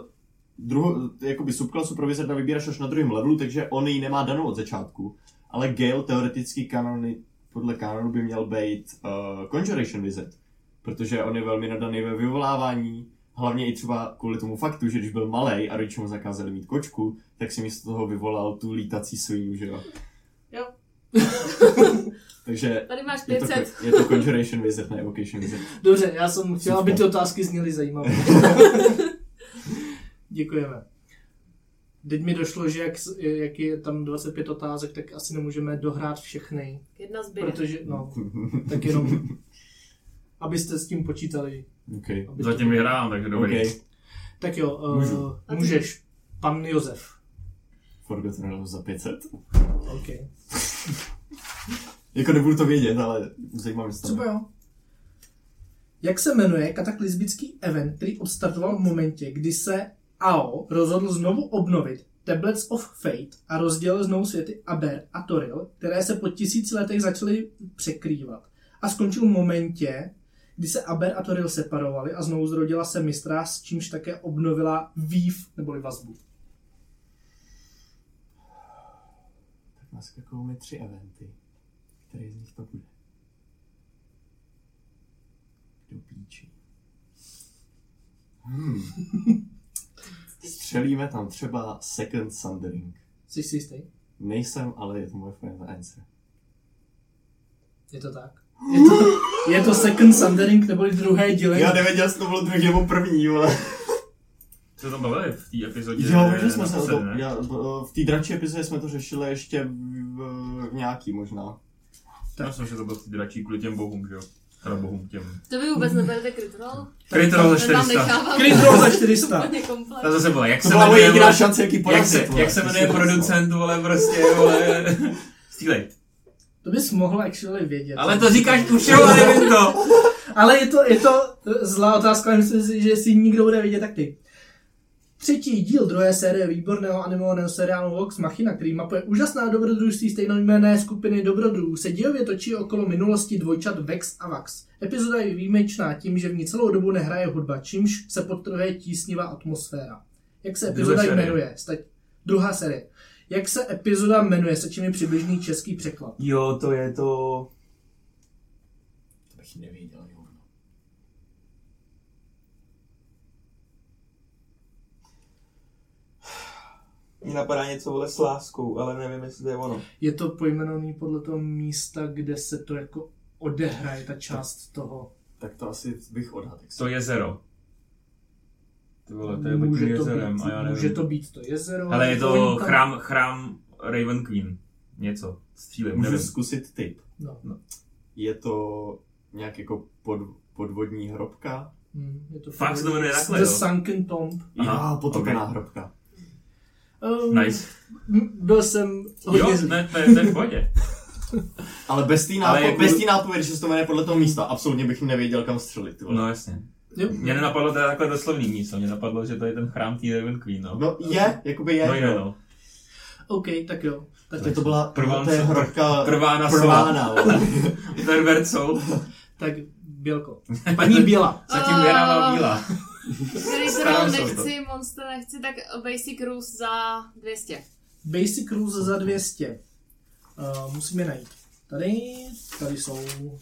Speaker 4: druho, jakoby subklasu pro Wizarda vybíráš až na druhém levelu, takže on ji nemá danou od začátku. ale Gale teoreticky kanony, podle kanonu by měl být uh, Conjuration Wizard, protože on je velmi nadaný ve vyvolávání, hlavně i třeba kvůli tomu faktu, že když byl malý a rodiče mu zakázali mít kočku, tak si místo toho vyvolal tu lítací svinu, že jo.
Speaker 5: Jo.
Speaker 4: Takže
Speaker 5: Tady máš
Speaker 4: je to,
Speaker 5: 500.
Speaker 4: je to Conjuration Wizard, ne Evocation Wizard.
Speaker 3: Dobře, já jsem chtěl, aby ty
Speaker 4: Super.
Speaker 3: otázky zněly zajímavě. Děkujeme. Teď mi došlo, že jak, s- jak je tam 25 otázek, tak asi nemůžeme dohrát všechny,
Speaker 5: Jedna zbyde.
Speaker 3: protože, no, tak jenom, abyste s tím počítali.
Speaker 4: okay.
Speaker 3: Aby
Speaker 2: Zatím vyhrávám, takže dobrý.
Speaker 4: okay.
Speaker 3: Tak jo,
Speaker 4: Můžu.
Speaker 3: uh, můžeš. Pan Josef.
Speaker 4: Forgotten Realms za 500.
Speaker 3: OK.
Speaker 4: Jako nebudu to vědět, ale zajímavý se
Speaker 3: Třeba jo. Jak se jmenuje kataklizmický event, který odstartoval v momentě, kdy se AO rozhodl znovu obnovit Tablets of Fate a rozdělil znovu světy Aber a Toril, které se po tisíci letech začaly překrývat. A skončil v momentě, kdy se Aber a Toril separovali a znovu zrodila se mistra, s čímž také obnovila výv neboli vazbu.
Speaker 4: Tak nás kakoume tři eventy. Který z nich to bude? Do píči. Hmm. Střelíme tam třeba Second Sundering.
Speaker 3: Jsi si jistý?
Speaker 4: Nejsem, ale je to moje final answer.
Speaker 3: Je to tak? Je to, je to Second Sundering neboli druhé dělení?
Speaker 4: Já nevěděl, jestli to bylo druhý nebo první, ale...
Speaker 2: Co tam bavili v té epizodě?
Speaker 4: Jo, možná jsme se o
Speaker 2: naposledy,
Speaker 4: to...
Speaker 2: ne?
Speaker 4: Já, b- v té dračí epizodě jsme to řešili ještě v, v nějaký možná.
Speaker 2: Já jsem že to byl v té dračí kvůli těm bohům, že jo? Teda bohům těm.
Speaker 5: To vy vůbec neberete krytrol?
Speaker 2: Krytrol za
Speaker 5: Ten tam
Speaker 2: 400.
Speaker 5: nechávám.
Speaker 3: Krytrol za 400.
Speaker 5: Úplně
Speaker 2: Ta
Speaker 5: komplet.
Speaker 2: zase byla, jak
Speaker 4: To
Speaker 2: se
Speaker 4: byla moje
Speaker 2: jmenuje,
Speaker 4: jediná
Speaker 2: vole,
Speaker 4: šance, jaký
Speaker 2: jak
Speaker 4: porazit.
Speaker 2: se,
Speaker 4: vole.
Speaker 2: jak se
Speaker 4: To
Speaker 2: jmenuje
Speaker 4: jsem dostal.
Speaker 2: producent, vole, prostě, vole, stílej.
Speaker 3: To bys mohl actually vědět.
Speaker 2: Ale to říkáš už, jo, ale nevím to.
Speaker 3: Ale je to, je to zlá otázka, ale myslím si, že jestli ji nikdo bude vidět, tak ty. Třetí díl druhé série výborného animovaného seriálu Vox Machina, který mapuje úžasná dobrodružství stejnojmenné skupiny dobrodruhů, se dělově točí okolo minulosti dvojčat Vex a Vax. Epizoda je výjimečná tím, že v ní celou dobu nehraje hudba, čímž se podtrhuje tísnivá atmosféra. Jak se epizoda
Speaker 2: série.
Speaker 3: jmenuje? Stať... Druhá série. Jak se epizoda jmenuje? Se čím je přibližný český překlad?
Speaker 2: Jo, to je to...
Speaker 4: To bych nevěděl, jo.
Speaker 6: Mně napadá něco vole s láskou, ale nevím, jestli to je ono.
Speaker 3: Je to pojmenovaný podle toho místa, kde se to jako odehraje, ta část toho.
Speaker 4: Tak to asi bych odhadl. jak se-
Speaker 2: To jezero. Ty vole, to je pod tím
Speaker 3: to
Speaker 2: jezerem
Speaker 3: být,
Speaker 2: a já nevím.
Speaker 3: může to být to jezero.
Speaker 2: Ale je to
Speaker 3: nebo tam-
Speaker 2: chrám, chrám Raven Queen. Něco. Střílej,
Speaker 4: Můžu
Speaker 2: nevím.
Speaker 4: zkusit tip.
Speaker 3: No.
Speaker 4: Je to nějak jako pod, podvodní hrobka?
Speaker 3: Hm, je to
Speaker 2: Fakt se to jmenuje takhle,
Speaker 3: The
Speaker 2: jo?
Speaker 3: Sunken Tomb.
Speaker 2: Aha,
Speaker 4: Aha, Já, potopená
Speaker 2: ok.
Speaker 4: hrobka.
Speaker 3: Um,
Speaker 2: Nice.
Speaker 3: m- Byl jsem hodně
Speaker 2: Jo, ne, to je, to je v pohodě.
Speaker 4: Ale bez té
Speaker 2: Ale
Speaker 4: nápo-
Speaker 2: jako-
Speaker 4: bez té nápovědy, že se to jmenuje podle toho místa, absolutně bych nevěděl, kam střelit. Ty vole.
Speaker 2: No jasně.
Speaker 3: Jo.
Speaker 2: Mě nenapadlo teda takhle doslovný nic, no. mě napadlo, že to je ten chrám tý Raven Queen, no.
Speaker 4: No je, jakoby je.
Speaker 2: No je, no.
Speaker 3: OK, tak jo. Tak,
Speaker 4: Tak to byla
Speaker 2: Prván-
Speaker 4: to je hrobka
Speaker 2: Prvána sova.
Speaker 4: prvána. vole.
Speaker 2: Pervert soul.
Speaker 3: tak Bělko. Paní Běla.
Speaker 2: Zatím vyhrává bílá.
Speaker 5: Krytrol
Speaker 2: Starám se o to.
Speaker 5: nechci, monster nechci, tak basic rules za 200.
Speaker 3: Basic Rules za 200. Uh, musím je najít. Tady, tady jsou.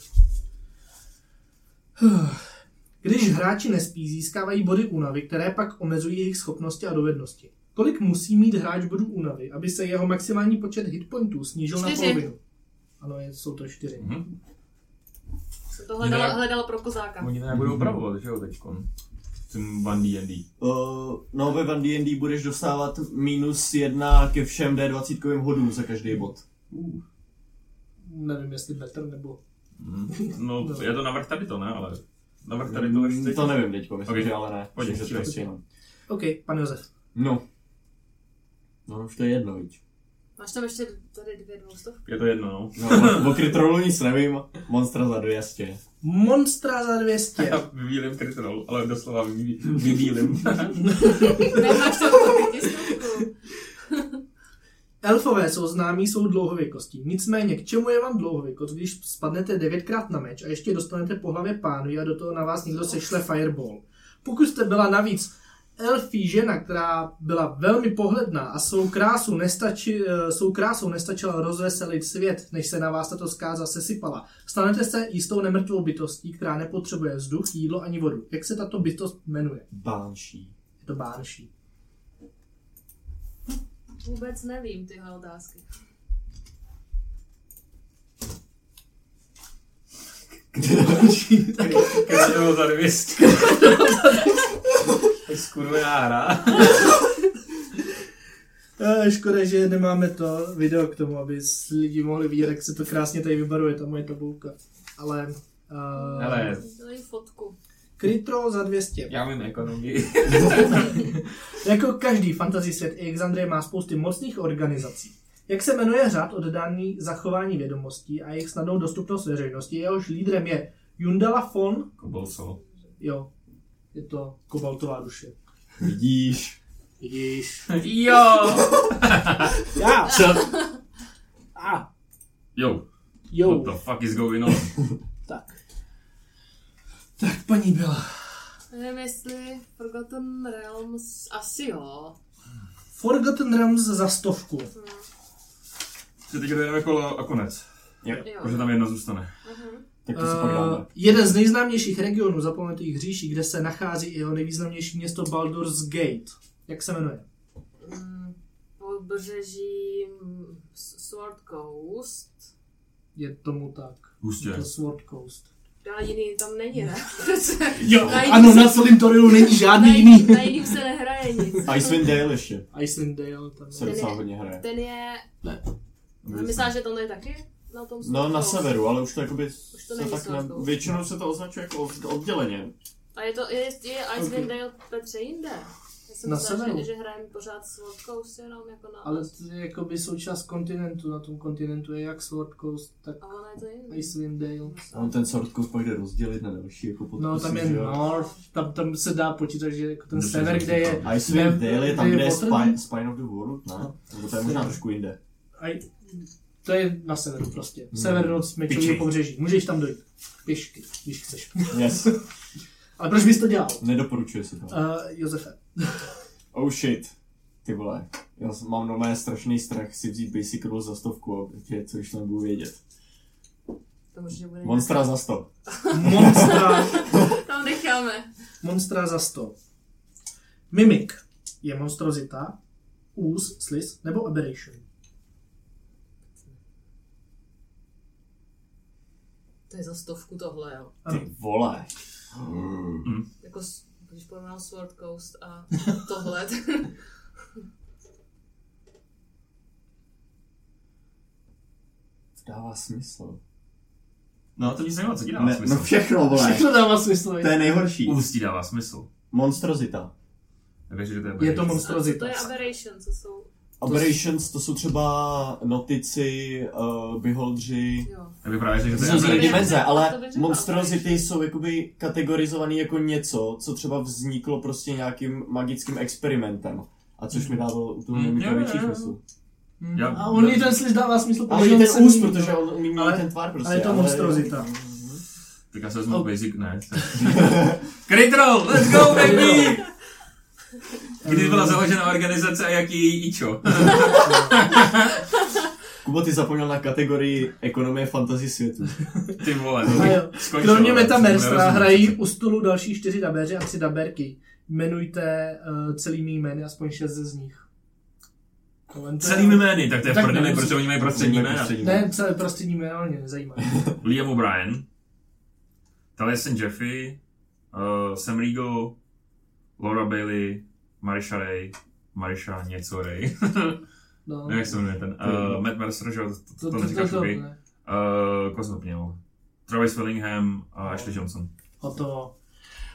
Speaker 3: Když hráči nespí, získávají body únavy, které pak omezují jejich schopnosti a dovednosti. Kolik musí mít hráč bodů únavy, aby se jeho maximální počet hitpointů snížil na
Speaker 5: Čtyři.
Speaker 3: polovinu? Ano, je- jsou to čtyři.
Speaker 5: Jsem to
Speaker 2: Jinak-
Speaker 5: hledala, hledala pro kozáka.
Speaker 2: Oni to nějak budou upravovat, že jo, teďkon. Ten One D&D.
Speaker 4: Uh, no ve Van D&D budeš dostávat minus jedna ke všem D20 hodům za každý bod.
Speaker 3: Nevím, jestli better nebo...
Speaker 2: No,
Speaker 3: No.
Speaker 2: je to navrh tady to, ne, ale... Navrh tady to ještě.
Speaker 4: Mm, to nevím teďko, myslím,
Speaker 2: Ok.
Speaker 4: že ale ne. no.
Speaker 2: Pojď,
Speaker 4: Myslím, že to
Speaker 2: střílej.
Speaker 4: ještě jenom.
Speaker 3: OK, pan Josef.
Speaker 4: No. No už to je jedno, viď.
Speaker 5: Máš tam ještě tady dvě dvoustovky?
Speaker 2: Je to jedno, no.
Speaker 4: No, o- o krytrolu nic nevím, monstra za 200.
Speaker 3: Monstra za 200.
Speaker 2: Já vybílím krytrol, ale doslova vybí- vybílím.
Speaker 5: Nemáš to pro pětistovku.
Speaker 3: Elfové jsou známí svou dlouhověkostí. Nicméně, k čemu je vám dlouhověkost, když spadnete devětkrát na meč a ještě dostanete po hlavě pánu a do toho na vás někdo sešle fireball? Pokud jste byla navíc elfí žena, která byla velmi pohledná a svou, krásu nestači, eh, svou krásou nestačila rozveselit svět, než se na vás tato zkáza sesypala. Stanete se jistou nemrtvou bytostí, která nepotřebuje vzduch, jídlo ani vodu. Jak se tato bytost jmenuje?
Speaker 4: Bánší.
Speaker 3: Je to bánší.
Speaker 5: Vůbec nevím tyhle otázky.
Speaker 2: Když to bylo za 200. Tak skurvená hra.
Speaker 3: Eh, Škoda, že nemáme to video k tomu, aby s- lidi mohli vidět, jak se to krásně tady vybaruje, ta moje tabulka. Ale... Uh,
Speaker 2: Hele,
Speaker 5: Dělej fotku.
Speaker 3: Krytro za 200.
Speaker 2: já vím ekonomii.
Speaker 3: Jako každý fantasy svět, i Exandrie má spousty mocných organizací. Jak se jmenuje řád oddaný zachování vědomostí a jejich snadnou dostupnost veřejnosti, jehož lídrem je Jundala von,
Speaker 2: Jako Kobolso.
Speaker 3: jo, je to kobaltová duše.
Speaker 4: Vidíš.
Speaker 3: Vidíš.
Speaker 2: Jo!
Speaker 3: Já.
Speaker 1: Co?
Speaker 3: A,
Speaker 2: Jo,
Speaker 3: jo.
Speaker 2: what the fuck is going on?
Speaker 3: Tak. Tak paní byla.
Speaker 5: Nevím, jestli Forgotten Realms... Asi jo. Hm,
Speaker 3: Forgotten Realms za stovku.
Speaker 2: Se teď dojedeme kolo a konec.
Speaker 5: Jo.
Speaker 2: Protože tam jedno zůstane.
Speaker 5: Mhm.
Speaker 4: Tak to se pak
Speaker 3: Eh,
Speaker 4: dáme.
Speaker 3: jeden z nejznámějších regionů zapomenutých říší, kde se nachází i jeho nejvýznamnější město Baldur's Gate. Jak se jmenuje?
Speaker 5: Mm, Pobřeží mm, S- Sword Coast.
Speaker 3: Je tomu tak.
Speaker 2: Hustě.
Speaker 3: Je to Sword Coast.
Speaker 5: Ale jiný tam není, ne?
Speaker 3: Jo,
Speaker 5: Na
Speaker 3: ano,
Speaker 5: jiný
Speaker 3: na celém Torilu není
Speaker 5: Na,
Speaker 3: žádný
Speaker 5: jiný-
Speaker 3: jiný.
Speaker 5: na jiným se nehraje nic.
Speaker 4: Icewind Dale ještě
Speaker 3: Icewind Dale tam
Speaker 4: se
Speaker 3: je.
Speaker 4: docela hodně hraje.
Speaker 5: Ten je...
Speaker 2: Aby-
Speaker 5: Myslíš, že to je taky? Na tom
Speaker 4: No na
Speaker 5: Coast?
Speaker 4: severu, ale už to jakoby
Speaker 5: Už
Speaker 4: se
Speaker 5: to není
Speaker 4: tak
Speaker 5: South
Speaker 4: ne...
Speaker 5: Coast.
Speaker 4: Většinou se to označuje jako od- odděleně.
Speaker 5: A je to, je, je Icewind Dale Petře jinde. Já jsem
Speaker 3: Na
Speaker 5: myslela,
Speaker 3: severu.
Speaker 5: že, že hrajeme pořád s vodkou, s jenom jako na...
Speaker 3: Ale to je jakoby součást kontinentu, na tom kontinentu je jak Sword Coast, tak
Speaker 5: A ono je to jiné.
Speaker 3: Icewind Dale.
Speaker 4: A on ten Sword Coast pak jde rozdělit na další jako podkusy,
Speaker 3: No tam je
Speaker 4: že jo?
Speaker 3: North, tam, tam se dá počítat, že jako ten
Speaker 2: Dobře,
Speaker 3: sever,
Speaker 2: dobře.
Speaker 3: kde je...
Speaker 4: Icewind
Speaker 3: Ne,
Speaker 4: Dale je tam,
Speaker 3: kde
Speaker 4: kde je
Speaker 3: je Waterdeep.
Speaker 4: Spine, Spine of the World, ne? Nebo to je možná trošku jinde.
Speaker 3: Aj, to je na severu prostě.
Speaker 4: Hmm.
Speaker 3: Sever od
Speaker 2: Piči.
Speaker 3: Mečového pobřeží. Můžeš tam dojít. Pěšky, když chceš.
Speaker 4: Yes,
Speaker 3: Ale proč bys to dělal?
Speaker 4: nedoporučuje se to.
Speaker 3: Uh, Josefe.
Speaker 4: Oh shit. Ty vole, já s- mám normálně strašný strach si vzít basic roll za stovku, a protože co když to nebudu vědět.
Speaker 5: To určitě bude.
Speaker 4: Monstra za 100.
Speaker 3: Monstra,
Speaker 5: Tam necháme.
Speaker 3: monstra za 100. Mimik je monstrozita, úz, sliz nebo aberration.
Speaker 5: To je za stovku tohle, jo.
Speaker 4: Ty vole.
Speaker 5: Jako, s- když porovnám Sword Coast a tohle. tak-
Speaker 4: To dává smysl.
Speaker 2: No, to nic nemá, co ti dává
Speaker 4: Ne, no
Speaker 2: smysl?
Speaker 4: všechno, vole.
Speaker 3: Všechno dává smysl.
Speaker 4: To je nejhorší.
Speaker 2: Ústí dává smysl.
Speaker 4: Monstrozita.
Speaker 2: Nevěřím, že to je
Speaker 3: Je
Speaker 2: British.
Speaker 3: to
Speaker 5: A co
Speaker 3: monstrozita.
Speaker 5: to je Aberration, co jsou...
Speaker 4: Aberrations, to jsou třeba notici, uh, beholdři.
Speaker 5: Jo.
Speaker 2: Já bych právě řekl,
Speaker 4: To
Speaker 2: že
Speaker 4: jsou z
Speaker 2: to
Speaker 4: jiné
Speaker 2: je British.
Speaker 4: dimenze,
Speaker 5: To
Speaker 4: ale
Speaker 5: bych řekla,
Speaker 4: monstrozity
Speaker 5: aberration.
Speaker 4: jsou jakoby kategorizovaný jako něco, co třeba vzniklo prostě nějakým magickým experimentem. A což mi dávalo u toho
Speaker 2: Mm,
Speaker 3: Hmm.
Speaker 4: mimika
Speaker 2: jo,
Speaker 4: větší
Speaker 2: jo, jo.
Speaker 4: smysl.
Speaker 2: Já-
Speaker 3: A on i ten sliz dává smysl,
Speaker 4: Ale i
Speaker 3: on
Speaker 4: ten
Speaker 3: se
Speaker 4: úst,
Speaker 3: mění,
Speaker 4: protože
Speaker 3: jo.
Speaker 4: on umí měnit
Speaker 3: Ale-
Speaker 4: ten tvar prostě.
Speaker 3: ale je to monstrozita.
Speaker 2: Tak já se vezmu
Speaker 3: Oh.
Speaker 2: basic, ne? Crit roll, let's go baby! Kdy byla založena organizace a jaký je její ičo?
Speaker 4: Kubo, ty zapomněl na kategorii ekonomie fantasy světu.
Speaker 2: Ty vole,
Speaker 3: A jo.
Speaker 2: to vlastně skončilo.
Speaker 3: Kromě Metamerstra
Speaker 2: Nerozumím.
Speaker 3: hrají u stolu další čtyři dabeři a tři daberky. Jmenujte uh, celými jmény, aspoň šest z nich. Kolem to-
Speaker 2: Celými jmény, tak to je v
Speaker 3: Tak
Speaker 2: prdeli,
Speaker 3: nemusí-
Speaker 2: protože oni mají prostřední jména.
Speaker 3: Ne, celé prostřední jméno, mě nezajímá.
Speaker 2: Liam O'Brien, Taliesin Jeffy, uh, Sam Riegel, Laura Bailey, Marisha Ray, Marisha něco Ray.
Speaker 3: No.
Speaker 2: Nevím, jak se jmenuje ten. Uh, Matt Mercer, že jo, to, to, to, to neříkáš vy.
Speaker 3: ne.
Speaker 2: Uh, Koho jsem to měl? Travis Willingham a Ashley Johnson.
Speaker 3: Hotovo.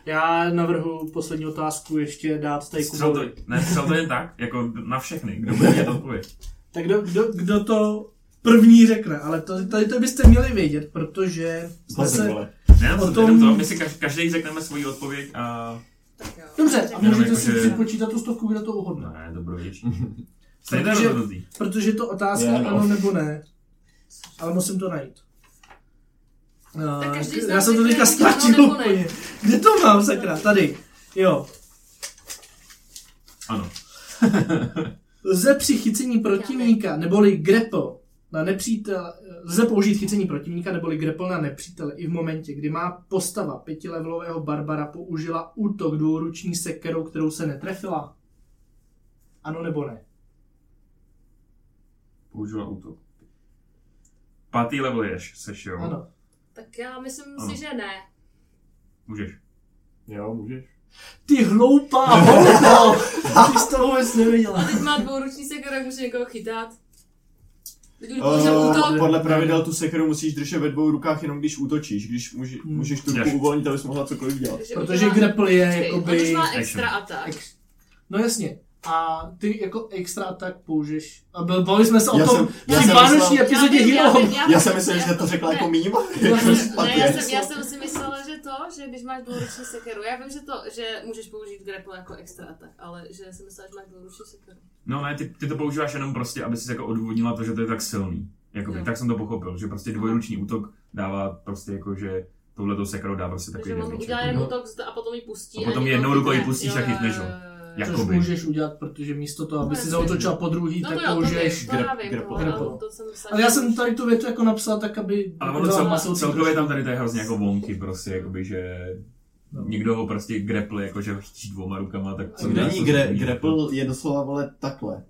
Speaker 3: Já navrhu poslední otázku ještě dát tady
Speaker 2: Střel to,
Speaker 3: Kubovi.
Speaker 2: ne, střel to jen tak, jako na všechny, kdo bude mít odpověď.
Speaker 3: Tak kdo, kdo, kdo to první řekne, ale to, tady to byste měli vědět, protože jsme
Speaker 4: Zase,
Speaker 3: se...
Speaker 4: vole.
Speaker 2: Ne,
Speaker 3: O
Speaker 2: o
Speaker 3: tom-
Speaker 2: tom... to, my si kaž- každý řekneme svoji odpověď a...
Speaker 5: Tak jo.
Speaker 3: Dobře, a
Speaker 5: Řeknu.
Speaker 3: můžete
Speaker 2: jako,
Speaker 3: si
Speaker 2: že-
Speaker 3: připočítat tu stovku, kdo to uhodne.
Speaker 2: Ne, dobrověčí. Stejně to je
Speaker 3: Takže-
Speaker 2: rozhodnutý.
Speaker 3: Protože je to otázka
Speaker 4: Je, no.
Speaker 3: ano nebo ne. Ale musím to najít. Eh,
Speaker 5: Tak každý z
Speaker 3: já
Speaker 5: nás
Speaker 3: jsem to
Speaker 5: řekne
Speaker 3: teďka
Speaker 5: buď ano,
Speaker 3: ztratil
Speaker 5: nebo ne.
Speaker 3: úplně. Kde to mám, sakra? Tady. Jo.
Speaker 2: Ano.
Speaker 3: Lze při chycení protivníka neboli grapple na nepřítel, lze použít chycení protivníka neboli grapple na nepřítele i v momentě, kdy má postava pětilevelového barbara použila útok dvouruční sekerou, kterou se netrefila. Ano nebo ne?
Speaker 2: Použila útok. Pátý level ješ, seš jo?
Speaker 3: Ano.
Speaker 5: Tak já myslím
Speaker 2: Ano.
Speaker 5: si, že ne.
Speaker 2: Můžeš.
Speaker 4: Jo, můžeš.
Speaker 3: Ty hloupá holko! Ty jsi to vůbec nevěděla.
Speaker 5: Teď má dvouruční sekera, jak může někoho chytat. Teď už použil
Speaker 4: Uh,
Speaker 5: útok.
Speaker 4: podle pravidel tu sekeru musíš držet ve dvou rukách jenom když útočíš, když může,
Speaker 3: Hmm.
Speaker 4: můžeš tu
Speaker 2: Jasně.
Speaker 4: ruku uvolnit, abys mohla cokoliv dělat.
Speaker 5: Takže
Speaker 3: Protože
Speaker 5: udělá-
Speaker 3: grapple je
Speaker 5: Počkej, On už
Speaker 3: jakoby...
Speaker 5: má extra atak.
Speaker 3: Ex- No jasně. A ty jako extra atak použiješ. A byl- bavili jsme se o
Speaker 4: Já
Speaker 3: tom
Speaker 4: jsem- já
Speaker 3: při
Speaker 4: jsem
Speaker 3: vánoční
Speaker 4: myslel-
Speaker 5: Já
Speaker 3: epizodě
Speaker 5: vím, já
Speaker 3: Hero.
Speaker 5: vím, já
Speaker 4: Já
Speaker 5: vím,
Speaker 4: jsem myslel, že to řekla
Speaker 5: ne.
Speaker 4: jako mým,
Speaker 3: Já
Speaker 4: jako
Speaker 3: jsem-
Speaker 5: Ne, já
Speaker 4: špatně.
Speaker 5: jsem, já jsem si myslela, že to, že když máš dvouruční sekeru, já vím, že to, že můžeš použít grapple jako extra atak, ale že jsem myslela, že máš dvouruční sekeru.
Speaker 2: No ne, ty, ty to používáš jenom prostě, aby si jako odůvodnila to, že to je tak silný. Jakoby,
Speaker 5: Jo.
Speaker 2: tak jsem to pochopil, že prostě dvojruční útok dává prostě jako, že touhletou sekerou dá prostě takový
Speaker 5: Takže on
Speaker 2: damage.
Speaker 5: udělá
Speaker 2: Jako.
Speaker 5: jenom útok zda- a potom ji pustí.
Speaker 2: A potom
Speaker 5: někoho
Speaker 2: jednou rukou ji
Speaker 5: chytne.
Speaker 2: pustíš
Speaker 5: Jo,
Speaker 2: a chytneš ho.
Speaker 5: jo, jo, jo, jo.
Speaker 2: Jak-
Speaker 3: Což
Speaker 2: Jakoby.
Speaker 3: můžeš udělat, protože místo toho, aby
Speaker 5: No,
Speaker 3: si
Speaker 5: jasně.
Speaker 3: zautočila po druhý,
Speaker 5: No to
Speaker 3: tak
Speaker 5: jo, to
Speaker 3: použiješ...
Speaker 5: vím, to já
Speaker 4: grap-
Speaker 5: vím,
Speaker 4: grapple.
Speaker 5: no, ale
Speaker 3: Grapple.
Speaker 5: to jsem myslela,
Speaker 3: Ale já
Speaker 5: že
Speaker 3: jsem
Speaker 5: můžeš-
Speaker 3: tady tu větu jako napsal tak, aby...
Speaker 2: Ale ono
Speaker 3: byla
Speaker 2: cel,
Speaker 3: masou-
Speaker 2: celkově tam tady to je hrozně jako wonky prostě, jakoby, že
Speaker 3: No.
Speaker 2: někdo ho prostě grapple, jakože chytíš dvouma rukama, tak co děláš,
Speaker 4: Není
Speaker 2: to
Speaker 4: gre,
Speaker 2: změní.
Speaker 4: grapple je doslova vole takhle.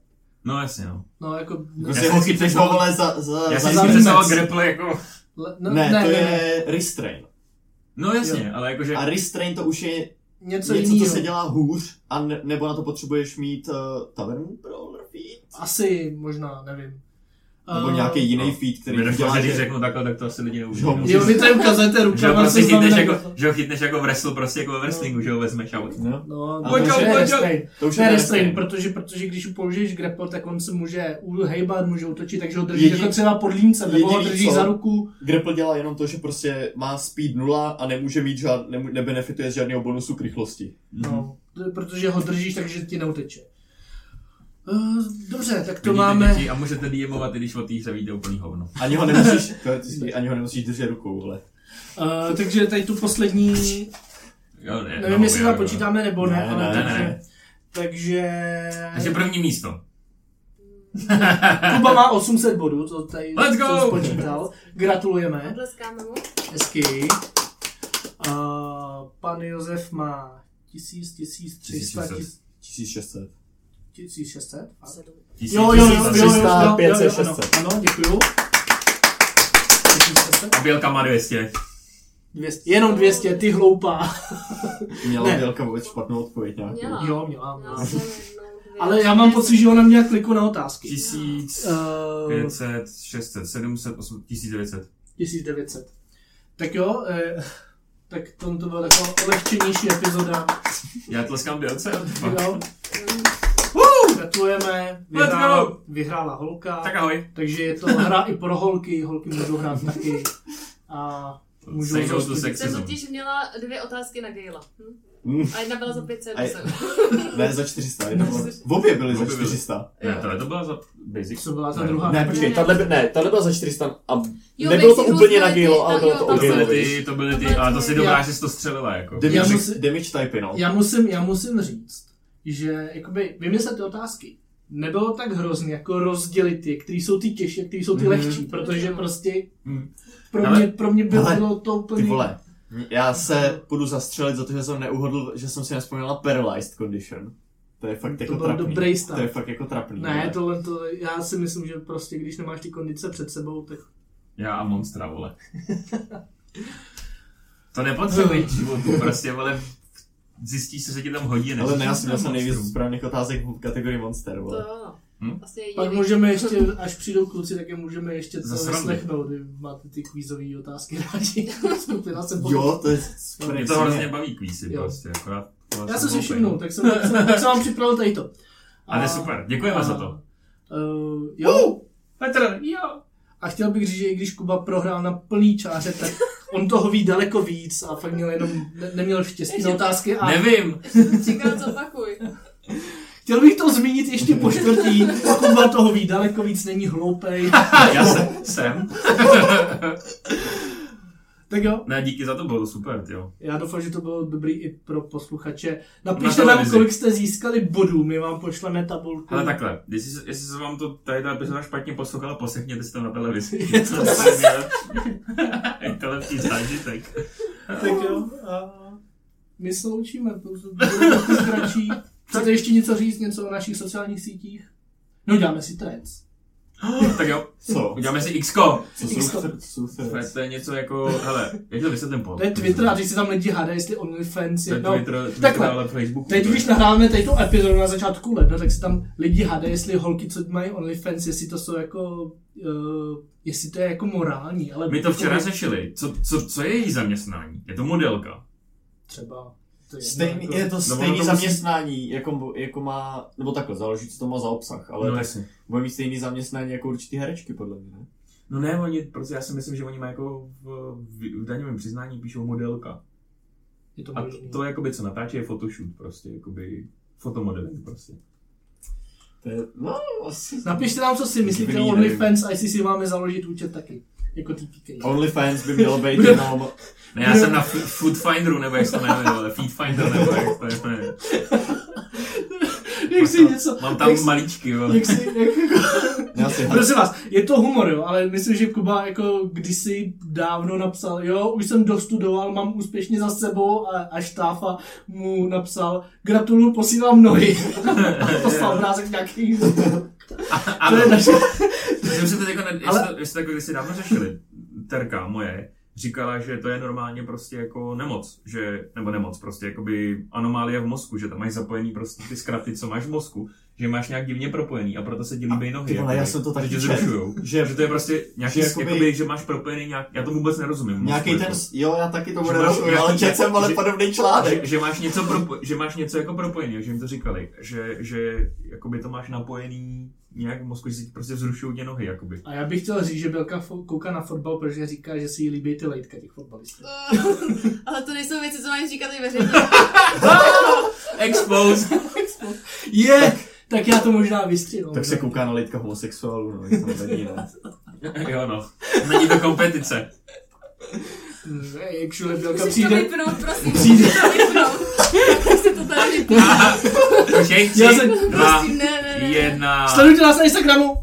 Speaker 2: No jasně, no.
Speaker 3: No, jako...
Speaker 4: Jako
Speaker 2: Já
Speaker 4: si
Speaker 2: jsem
Speaker 4: ho
Speaker 2: si
Speaker 4: chytneš ho
Speaker 2: představoval-
Speaker 4: vole za, za,
Speaker 2: Já si
Speaker 4: za
Speaker 2: vždycky
Speaker 3: zajímavé.
Speaker 2: představoval grapple jako...
Speaker 3: Le- no,
Speaker 4: Ne, to je restrain.
Speaker 2: No jasně, ale jakože...
Speaker 4: A restrain to už je
Speaker 3: Něco,
Speaker 4: co něco,
Speaker 3: jiného.
Speaker 4: co se dělá hůř, a ne, nebo na to potřebuješ mít uh, tavern brawler feed?
Speaker 3: Asi, možná, nevím.
Speaker 4: Nebo
Speaker 3: Eh,
Speaker 4: nějaký jiný
Speaker 2: no.
Speaker 4: feed, který
Speaker 2: Vy
Speaker 4: dělá,
Speaker 2: že když
Speaker 4: že...
Speaker 2: řeknu takhle, tak to asi lidi neuvidí.
Speaker 4: Že ho
Speaker 2: no.
Speaker 4: můžeš-
Speaker 3: Jo, vy tady ukazujete ruku,
Speaker 2: Že ho prostě chytneš jako, že ho chytneš jako wrestle, prostě jako ve wrestlingu, že ho vezmeš a
Speaker 4: No,
Speaker 3: No,
Speaker 4: Pojď,
Speaker 3: to už
Speaker 4: pojď,
Speaker 3: je
Speaker 2: pojď.
Speaker 3: restrain.
Speaker 4: to už
Speaker 3: To je
Speaker 4: je
Speaker 3: restrain,
Speaker 4: restrain.
Speaker 3: protože, protože když použiješ grapple, tak on se může uhejbat, může útočit, takže ho držíš
Speaker 4: Jediný-
Speaker 3: jako třeba pod límcem, nebo ho
Speaker 4: jediný
Speaker 3: držíš
Speaker 4: co- Mhm.
Speaker 3: za ruku.
Speaker 4: Grapple dělá jenom to, že prostě má speed 0 a nemůže mít žád, nemů- nebenefituje z žádného bonusu k rychlosti.
Speaker 3: No, t- protože ho držíš, takže ti neuteče. Eh, Dobře, tak to
Speaker 2: Vidíte
Speaker 3: máme...
Speaker 2: Děti a můžete DMovat, i když o té hře víte úplný hovno.
Speaker 4: Ani ho nemusíš, teoreticky, ani ho nemusíš držet rukou, ale.
Speaker 3: Eh, takže tady tu poslední,
Speaker 2: Jo, ne,
Speaker 3: nevím,
Speaker 2: no,
Speaker 3: jestli
Speaker 2: jo,
Speaker 3: to
Speaker 2: jo.
Speaker 3: počítáme nebo ne,
Speaker 4: Ne,
Speaker 3: ale
Speaker 4: ne,
Speaker 3: takže,
Speaker 2: ne. Takže
Speaker 3: takže
Speaker 2: první místo.
Speaker 3: Kuba má 800 bodů, to tady
Speaker 2: Let's
Speaker 3: jsem
Speaker 2: go!
Speaker 3: spočítal. Gratulujeme,
Speaker 5: Tleskáme mu.
Speaker 3: hezky. A Eh, pan Josef má 1000, 1300,
Speaker 2: 1600.
Speaker 4: 1600.
Speaker 3: 1600. fakt?
Speaker 2: Tisíc,
Speaker 3: Jo, jo, jo, jo, jo, jo, jo,
Speaker 4: 300,
Speaker 3: jo,
Speaker 4: 500,
Speaker 3: ano,
Speaker 4: 600.
Speaker 3: ano, děkuju. 1600?
Speaker 2: A Bělka má 200.
Speaker 3: 200, jenom 200, ty hloupá.
Speaker 4: Měla
Speaker 3: Ne.
Speaker 4: Bělka vůbec špatnou odpověď nějakou.
Speaker 5: Měla.
Speaker 3: Jo, měla. měla.
Speaker 5: Já jsem jednou, dvě,
Speaker 3: No, Ale já mám pocit, že ona měla kliku na otázky.
Speaker 2: Tisíc,
Speaker 3: Eh,
Speaker 2: 500, 600, 700, 800, 1900.
Speaker 3: 1900. Tak jo, eh, tak tom to byla taková odlehčenější epizoda.
Speaker 2: Já tleskám Bělce.
Speaker 3: Jo. Gratulujeme,
Speaker 2: Let's
Speaker 3: vyhrála,
Speaker 2: go!
Speaker 3: vyhrála holka,
Speaker 2: Tak ahoj.
Speaker 3: takže je to hra i pro holky, holky můžou hrát taky. A můžou
Speaker 2: Sežou tu
Speaker 3: zastudit.
Speaker 5: Jsem
Speaker 2: sexism.
Speaker 5: totiž měla dvě otázky na Gejla. Hm?
Speaker 4: Mm.
Speaker 5: A jedna byla za 500.
Speaker 4: A je-
Speaker 5: jsem-
Speaker 4: Ne, za 400. Jedno, bylo- v obě byly za
Speaker 2: Obě byly.
Speaker 4: 400.
Speaker 2: Ne, tohle to byla za basic.
Speaker 3: Co byla ta
Speaker 2: Ne.
Speaker 3: druhá?
Speaker 4: Ah, Ne,
Speaker 5: Ne,
Speaker 4: počkej,
Speaker 5: ne.
Speaker 4: tahle, by- ne, tahle byla za 400 a
Speaker 5: Jo,
Speaker 4: nebylo to
Speaker 5: Basic
Speaker 4: úplně
Speaker 5: Rules
Speaker 4: na
Speaker 5: byly ty-
Speaker 4: Galo, ale
Speaker 5: ta-
Speaker 4: bylo
Speaker 5: jo,
Speaker 4: to
Speaker 5: tam
Speaker 2: To byly
Speaker 4: obě.
Speaker 5: byly
Speaker 4: byly.
Speaker 2: ty, to byly ty,
Speaker 5: Tohle
Speaker 2: ale to si
Speaker 5: je-
Speaker 2: dobrá, že jsi to střelila jako.
Speaker 3: Já
Speaker 4: Damage,
Speaker 3: musím-
Speaker 4: damage typy, no.
Speaker 3: Já musím, já musím říct, že jakoby vymyslet ty otázky nebylo tak hrozně jako rozdělit je, který jsou ty těžší a který jsou ty
Speaker 2: Mhm.
Speaker 3: lehčí, protože prostě
Speaker 2: Mhm.
Speaker 3: pro
Speaker 2: Ale-
Speaker 3: mě, pro mě bylo,
Speaker 4: ale-
Speaker 3: bylo to úplně...
Speaker 4: Ty vole, já se půjdu zastřelit za to, že jsem neuhodl, že jsem si nespomněla Paralyzed Condition. To je fakt
Speaker 3: To
Speaker 4: jako
Speaker 3: byl
Speaker 4: trapný.
Speaker 3: dobrý start.
Speaker 4: To je fakt jako trapný.
Speaker 3: Ne,
Speaker 4: vole.
Speaker 3: tohle to, já si myslím, že prostě když nemáš ty kondice před sebou, tak...
Speaker 2: Já a monstra, vole. To nepotřebuje k životu, prostě, vole, zjistíš, co se ti tam hodí.
Speaker 4: Ale ne, já
Speaker 2: nezjistíš,
Speaker 4: jsem měl
Speaker 2: co
Speaker 4: jsem
Speaker 2: tam
Speaker 4: nejvíc
Speaker 2: monstrum.
Speaker 4: správných otázek v kategorii Monster,
Speaker 5: To
Speaker 4: vole.
Speaker 5: jo, no.
Speaker 2: Hm?
Speaker 5: Asi je
Speaker 3: Pak
Speaker 5: jiný.
Speaker 3: můžeme ještě, až přijdou kluci, tak je můžeme ještě
Speaker 2: Za
Speaker 3: to
Speaker 2: srandu.
Speaker 3: vyslechnout, vy máte ty kvízové otázky rádi. Skupina se
Speaker 4: Jo, to je
Speaker 2: Mě
Speaker 4: správně.
Speaker 2: to vlastně hrozně baví kvízy,
Speaker 3: Jo.
Speaker 2: prostě, akorát.
Speaker 3: Já jsem si
Speaker 2: hloupej.
Speaker 3: všimnul, tak jsem, tak jsem, tak jsem vám připravil tady to.
Speaker 2: A to je super, děkujeme
Speaker 3: a-
Speaker 2: za to.
Speaker 3: Uh, jo,
Speaker 2: Petr, jo.
Speaker 3: A chtěl bych říct, že i když Kuba prohrál na plný čáře, tak on toho ví daleko víc a fakt měl jenom, ne, neměl štěstí na otázky. A
Speaker 2: Nevím.
Speaker 5: Čekám, co opakuj.
Speaker 3: chtěl bych to zmínit ještě po čtvrtý. Kuba toho ví daleko víc, není hloupej.
Speaker 2: Já jsem. jsem.
Speaker 3: Tak jo,
Speaker 2: Ne, díky za to, bylo to super, jo.
Speaker 3: já doufám, že to bylo dobrý i pro posluchače. Napište nám,
Speaker 2: televizi.
Speaker 3: kolik jste získali bodů, my vám pošleme tabulku.
Speaker 2: Ale takhle, jestli, se- jestli se vám to tady ta epizoda špatně poslouchala, poslechněte si to na televizi.
Speaker 3: Je to
Speaker 2: Je to lepší zážitek.
Speaker 3: Tak jo, a my se loučíme, to už bude trochu kratší. Chcete ještě něco říct, něco o našich sociálních sítích? No dáme si trends.
Speaker 2: tak jo,
Speaker 4: Co?
Speaker 2: uděláme si Xko.
Speaker 4: Co jsou, co jsou threads?
Speaker 2: To je něco jako, hele, jak to vysvětlím po?
Speaker 3: To je Twitter a teď si tam lidi hádají, jestli OnlyFans
Speaker 2: To
Speaker 3: je...
Speaker 2: je
Speaker 3: No,
Speaker 2: Twitter, Twitter
Speaker 3: takhle.
Speaker 2: ale Facebook.
Speaker 3: teď, když nahráváme tady tu epizodu na začátku ledna, tak si tam lidi hádají, jestli holky, co mají OnlyFans, jestli to jsou jako... Uh, jestli to je jako morální, ale...
Speaker 2: My to včera řešili. Co, co, co je její zaměstnání? Je to modelka.
Speaker 3: Třeba... to je jedno,
Speaker 4: Stejný,
Speaker 3: jako-
Speaker 4: je to
Speaker 2: ono
Speaker 4: stejný
Speaker 2: to musí-
Speaker 4: zaměstnání, jako, jako má, nebo takhle, záleží, co to má za obsah, ale
Speaker 2: No
Speaker 4: tak
Speaker 2: jasně.
Speaker 4: bude mít stejný zaměstnání jako určitý herečky, podle mě, ne?
Speaker 2: No ne, oni, protože já si myslím, že oni mají jako v, v, v daňovém přiznání píšou modelka.
Speaker 3: Je to
Speaker 2: A to,
Speaker 3: možný.
Speaker 2: to je jakoby co natáčí je photoshoot prostě, jakoby fotomodeling prostě.
Speaker 4: To je, no, asi...
Speaker 3: Napište nám, co si myslíte o
Speaker 4: Dobrý,
Speaker 3: OnlyFans a jestli si máme založit účet taky. Jako TPK.
Speaker 4: OnlyFans by mělo být jenom...
Speaker 2: Ne, já jsem na F- Food Finderu, nebo jak se to jmenuje, ale Feed Finder, nebo jak to jmenuje.
Speaker 3: Jak si něco...
Speaker 2: Mám tam
Speaker 3: jak si-
Speaker 2: maličky, vole.
Speaker 3: Jak si, jak,
Speaker 4: Já si
Speaker 3: prosím vás, je to humor, jo, ale myslím, že Kuba jako kdysi dávno napsal, jo, už jsem dostudoval, mám úspěšně za sebou a, a štáfa mu napsal, gratuluju, posílám nohy. a poslal obrázek nějaký. to
Speaker 2: Ano,
Speaker 3: je naše...
Speaker 2: jsem se teď jako, ne-
Speaker 3: Ale-
Speaker 2: jestli, to- jestli takhle, když si dávno řešili, Terka moje, říkala, že to je normálně prostě jako nemoc, že, nebo nemoc, prostě jakoby anomálie v mozku, že tam máš zapojený prostě ty zkraty, co máš v mozku, že máš nějak divně propojený a proto se ti líbí nohy.
Speaker 4: ty vole,
Speaker 2: jakoby,
Speaker 4: já jsem to taky
Speaker 2: že tě
Speaker 4: četl.
Speaker 2: zrušujou.
Speaker 4: Že-
Speaker 2: Že, že to je prostě nějaký,
Speaker 4: že
Speaker 2: že,
Speaker 4: jakoby-
Speaker 2: jakoby, jakoby, že máš propojený nějak, já tomu vůbec nerozumím. v mozku,
Speaker 4: Nějaký ten,
Speaker 2: jako.
Speaker 4: jo, já taky to
Speaker 2: Že
Speaker 4: bude
Speaker 2: máš
Speaker 4: rozumím, ale
Speaker 2: nějaký-
Speaker 4: četl jsem ale
Speaker 2: že-
Speaker 4: podobný
Speaker 2: A že,
Speaker 4: článek.
Speaker 2: že, máš něco propo, že máš něco jako propojený, že jim to říkali, že, že jakoby to máš napojený nějak v mozku, že si ti prostě vzrušují tě nohy, jakoby.
Speaker 3: A já bych chtěl říct, že Belka fo- kouká na fotbal, protože říká, že si jí líbí ty lejtka těch fotbalistů.
Speaker 5: Ale to nejsou věci, co máš říkat i veřejně.
Speaker 2: Expose!
Speaker 3: Je! Tak já to možná no. vystřihnu.
Speaker 4: Tak se kouká na lidka homosexuálů, no, jak to není, ne?
Speaker 2: jo no, není to kompetice.
Speaker 3: Ne, actually, Bělka
Speaker 5: Musíš to
Speaker 3: přijde...
Speaker 5: vypnout, prosím.
Speaker 3: Přijde.
Speaker 5: Musíš to vypnout. Tak si to tady vypnout.
Speaker 2: Počkej, tři,
Speaker 3: Já jsem-
Speaker 2: dva,
Speaker 5: Prosím, Prostě ne, ne, ne.
Speaker 2: jedna.
Speaker 3: Sledujte nás na Instagramu!